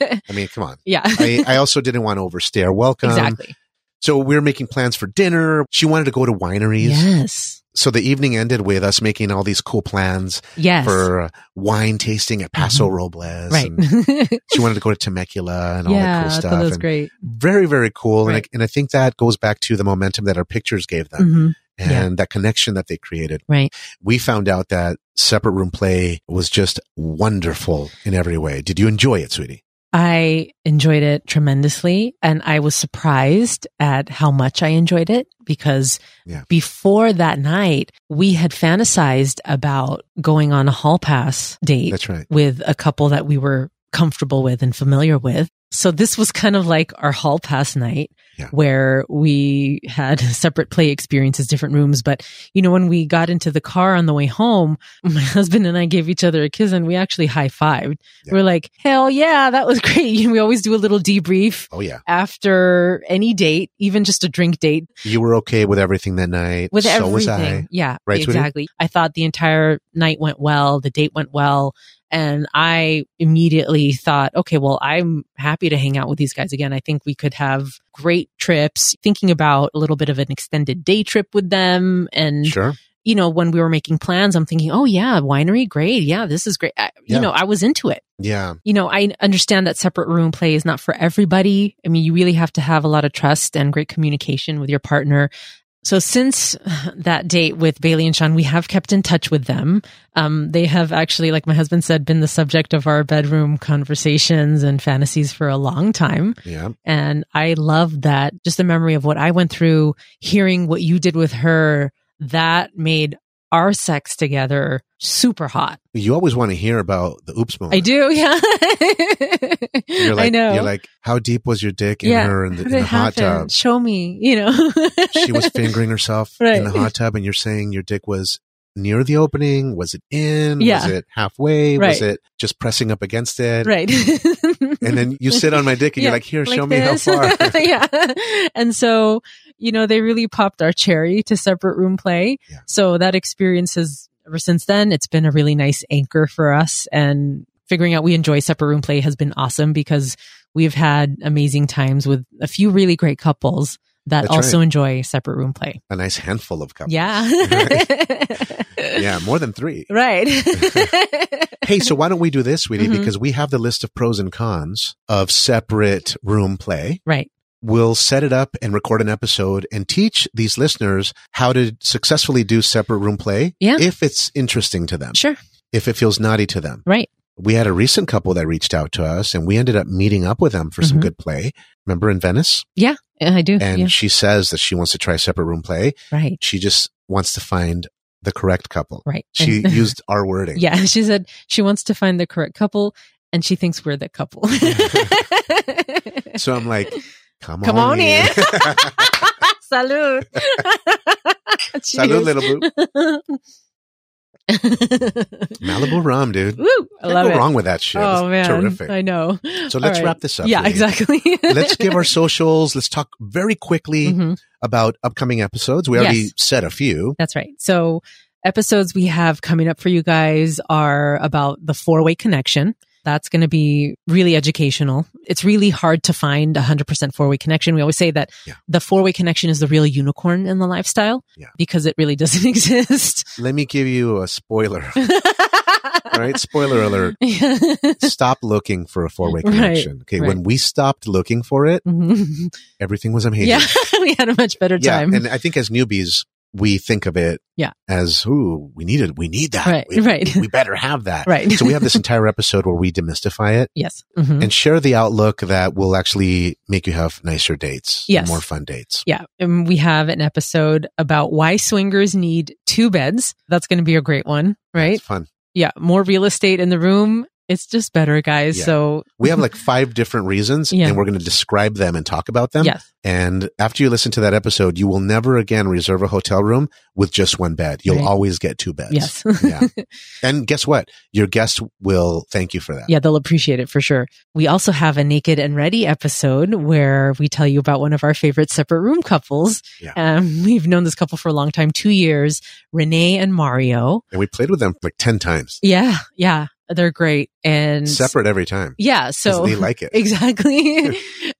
Yeah. I mean, come on. yeah. I, I also didn't want to overstay our welcome. exactly. So we were making plans for dinner. She wanted to go to wineries. Yes. So the evening ended with us making all these cool plans Yes. Mm-hmm. for uh, wine tasting at Paso Robles. right. and- she wanted to go to Temecula and all yeah. that I cool stuff. thought that was and great. Very, very cool. And, Right. I, and I think that goes back to the momentum that our pictures gave them Mhm. and yeah. that connection that they created. Right. We found out that separate room play was just wonderful in every way. Did you enjoy it, sweetie? I enjoyed it tremendously and I was surprised at how much I enjoyed it because Yeah. before that night, we had fantasized about going on a hall pass date That's right. with a couple that we were comfortable with and familiar with. So this was kind of like our hall pass night Yeah. where we had separate play experiences, different rooms. But you know, when we got into the car on the way home, my husband and I gave each other a kiss and we actually high fived. Yeah. We're like, hell yeah, that was great. You know, we always do a little debrief Oh, yeah. after any date, even just a drink date You were okay with everything that night. with so everything. was I. Yeah, Right, sweetie? exactly. I thought the entire night went well, the date went well, and I immediately thought, okay, well, I'm happy to hang out with these guys again. I think we could have great trips. Thinking about a little bit of an extended day trip with them and Sure. you know, when we were making plans, I'm thinking, "Oh yeah, winery, great. Yeah, this is great." I, Yeah. You know, I was into it Yeah. you know, I understand that separate room play is not for everybody. I mean, you really have to have a lot of trust and great communication with your partner. So since that date with Bailey and Sean, we have kept in touch with them. Um, they have actually, like my husband said, been the subject of our bedroom conversations and fantasies for a long time. Yeah. And I love that just the memory of what I went through, hearing what you did with her, that made our sex together super hot. You always want to hear about the oops moment. I do, yeah. You're like, I know. You're like, how deep was your dick in Yeah. her in the, How in did it the hot happen? tub? Show me, you know. She was fingering herself in the Right. hot tub, and you're saying your dick was near the opening. Was it in? Yeah. Was it halfway? Was Right. it just pressing up against it? right. And then you sit on my dick, and Yeah, you're like, here, like show this. me how far. yeah. And so, you know, they really popped our cherry to separate room play. Yeah. So that experience has, ever since then, it's been a really nice anchor for us. And figuring out we enjoy separate room play has been awesome because we've had amazing times with a few really great couples that That's also enjoy separate room play. A nice handful of couples. Yeah. Yeah, more than three. Right. Hey, so why don't we do this, sweetie? Mhm. Because we have the list of pros and cons of separate room play. right. We'll set it up and record an episode and teach these listeners how to successfully do separate room play Yeah. if it's interesting to them, Sure. if it feels naughty to them. Right. We had a recent couple that reached out to us and we ended up meeting up with them for some Mhm. good play. Remember in Venice? Yeah, I do. And Yeah. she says that she wants to try separate room play. Right. She just wants to find the correct couple. Right. She And- used our wording. Yeah, she said she wants to find the correct couple and she thinks we're the couple. So I'm like, come, Come on in. Salud. Salud, little boo. Malibu rum, dude. Woo, I Can't love go it. wrong with that shit. oh man, it's terrific. I know. So All let's right. wrap this up. Yeah, lady. exactly. let's give our socials. Let's talk very quickly Mhm. about upcoming episodes. We already Yes. said a few. That's right. So episodes we have coming up for you guys are about the four way connection. That's going to be really educational. It's really hard to find a 100% four way connection. We always say that Yeah. the four way connection is the real unicorn in the lifestyle Yeah. because it really doesn't exist. Let me give you a spoiler. All right, spoiler alert. Stop looking for a four way Right, connection. okay, when we stopped looking for it, Mhm. everything was amazing. Yeah, we had a much better Yeah, time. and I think as newbies, we think of it Yeah. as, ooh, we need it. We need that. Right, we, right. we better have that. right. So we have this entire episode where we demystify it yes. Mhm. and share the outlook that will actually make you have nicer dates, and Yes. more fun dates. Yeah. And we have an episode about why swingers need two beds. That's going to be a great one, right? It's fun. Yeah. More real estate in the room. It's just better, guys. Yeah. So, We have like five different reasons, Mm-hmm. Yeah. and we're going to describe them and talk about them. yes. And after you listen to that episode, you will never again reserve a hotel room with just one bed. You'll Right. always get two beds. Yes. yeah. And guess what? Your guest will thank you for that. Yeah. They'll appreciate it for sure. We also have a naked and ready episode where we tell you about one of our favorite separate room couples. Yeah. Um, we've known this couple for a long time two years, Renee and Mario. And we played with them like 10 times, Yeah. Yeah. They're great. And separate every time. Yeah. 'cause So, they like it. exactly.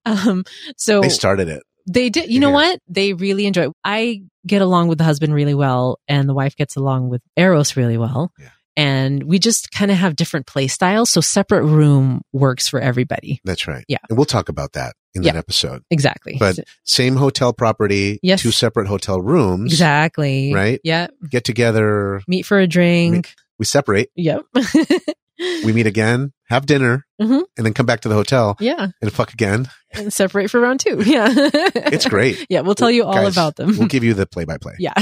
um, so, They started it. They did. You know Yeah. what? They really enjoy. it. I get along with the husband really well, and the wife gets along with Eros really well. Yeah. And we just kind of have different play styles. So separate room works for everybody. That's right. Yeah. And we'll talk about that in Yeah. that episode. Exactly. But same hotel property, Yes. two separate hotel rooms. exactly. Right? Yeah. Get together. Meet for a drink. We separate. Yep. We meet again, have dinner, Mhm. and then come back to the hotel yeah. and fuck again. And separate for round two. Yeah. It's great. Yeah. We'll tell you all Guys, about them. we'll give you the play by play. Yeah.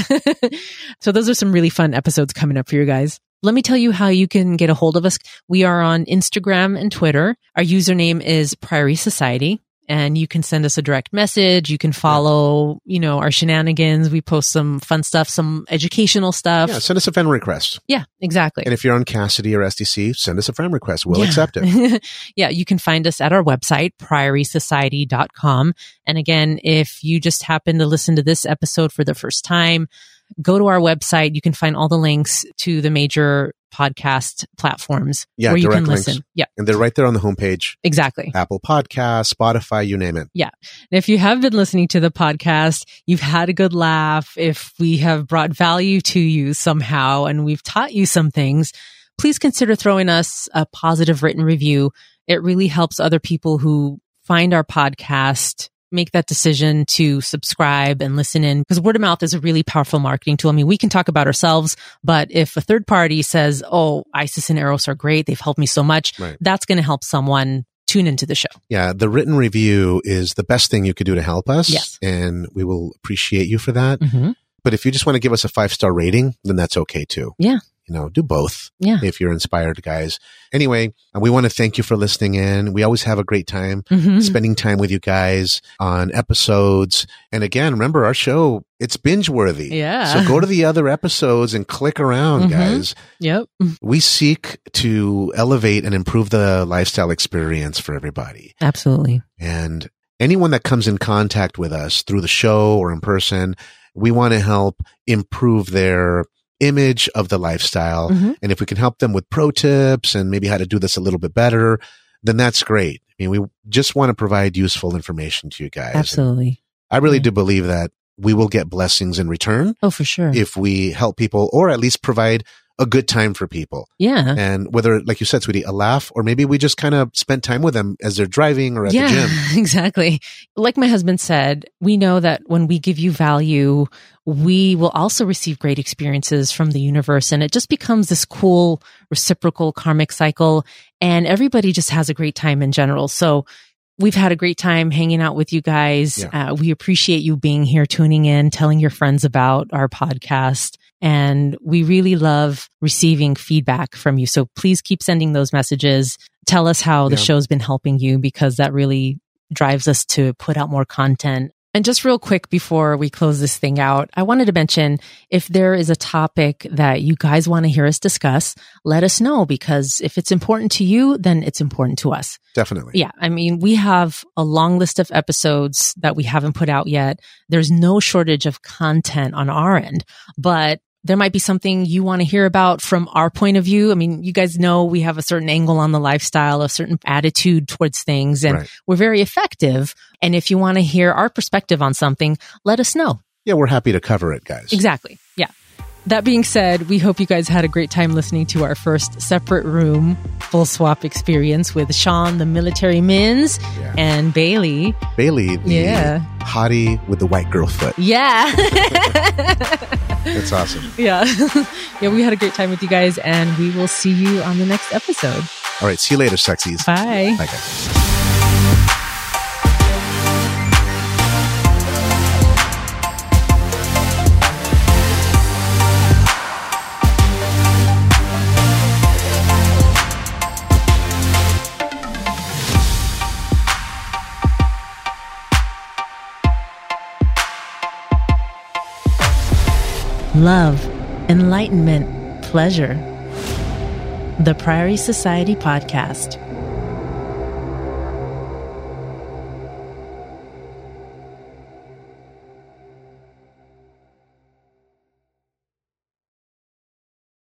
so those are some really fun episodes coming up for you guys. Let me tell you how you can get a hold of us. We are on Instagram and Twitter. Our username is Priory Society and you can send us a direct message. You can follow, you know, our shenanigans. We post some fun stuff, some educational stuff. Yeah, send us a friend request. Yeah, exactly. And if you're on Cassidy or SDC, send us a friend request. We'll accept it. yeah, you can find us at our website, priorysociety.com. And again, if you just happen to listen to this episode for the first time, go to our website. You can find all the links to the major podcast platforms Yeah, where you can direct links. listen. Yeah, And they're right there on the homepage exactly. Apple Podcasts, Spotify, you name it. And if you have been listening to the podcast, you've had a good laugh. If we have brought value to you somehow and we've taught you some things, please consider throwing us a positive written review. It really helps other people who find our podcast make that decision to subscribe and listen in because word of mouth is a really powerful marketing tool. I mean, we can talk about ourselves, but if a third party says, Oh, Isis and Eros are great. They've helped me so much. Right. That's going to help someone tune into the show. Yeah, the written review is the best thing you could do to help us. Yes. And we will appreciate you for that. Mm-hmm. But if you just want to give us a five star rating, then that's okay too. Yeah. You know, do both Yeah. if you're inspired, guys. Anyway, and we want to thank you for listening in. We always have a great time Mhm. spending time with you guys on episodes. And again, remember our show, it's binge worthy. Yeah. So go to the other episodes and click Mhm. around, guys. Yep. We seek to elevate and improve the lifestyle experience for everybody. Absolutely. And anyone that comes in contact with us through the show or in person, we want to help improve their image of the lifestyle. Mhm. And if we can help them with pro tips and maybe how to do this a little bit better, then that's great. I mean, we just want to provide useful information to you guys. Absolutely. I really Yeah. do believe that we will get blessings in return Oh, for sure. if we help people or at least provide a good time for people yeah. and whether, like you said, sweetie, a laugh, or maybe we just kind of spent time with them as they're driving or at yeah, the gym. Exactly. Like my husband said, we know that when we give you value, we will also receive great experiences from the universe. And it just becomes this cool reciprocal karmic cycle. And everybody just has a great time in general. So we've had a great time hanging out with you guys. Uh, we appreciate you being here, tuning in, telling your friends about our podcast. And we really love receiving feedback from you. So please keep sending those messages tell us how the Yeah. show's been helping you because that really drives us to put out more content. And just real quick before we close this thing out, I wanted to mention if there is a topic that you guys want to hear us discuss, let us know because if it's important to you, then it's important to us. Definitely. Yeah. I mean, we have a long list of episodes that we haven't put out yet. There's no shortage of content on our end, but there might be something you want to hear about from our point of view. I mean, you guys know we have a certain angle on the lifestyle, a certain attitude towards things, and Right. we're very effective. And if you want to hear our perspective on something, let us know. Yeah, we're happy to cover it, guys. Exactly. Yeah. That being said, we hope you guys had a great time listening to our first separate room full swap experience with Sean, the military mins, Yeah. and Bailey. Bailey, the Yeah. hottie with the white girl foot. Yeah. That's awesome. yeah. yeah, we had a great time with you guys, and we will see you on the next episode. All right. See you later, sexies. Bye. Bye guys. love, enlightenment, pleasure. The Priory Society Podcast.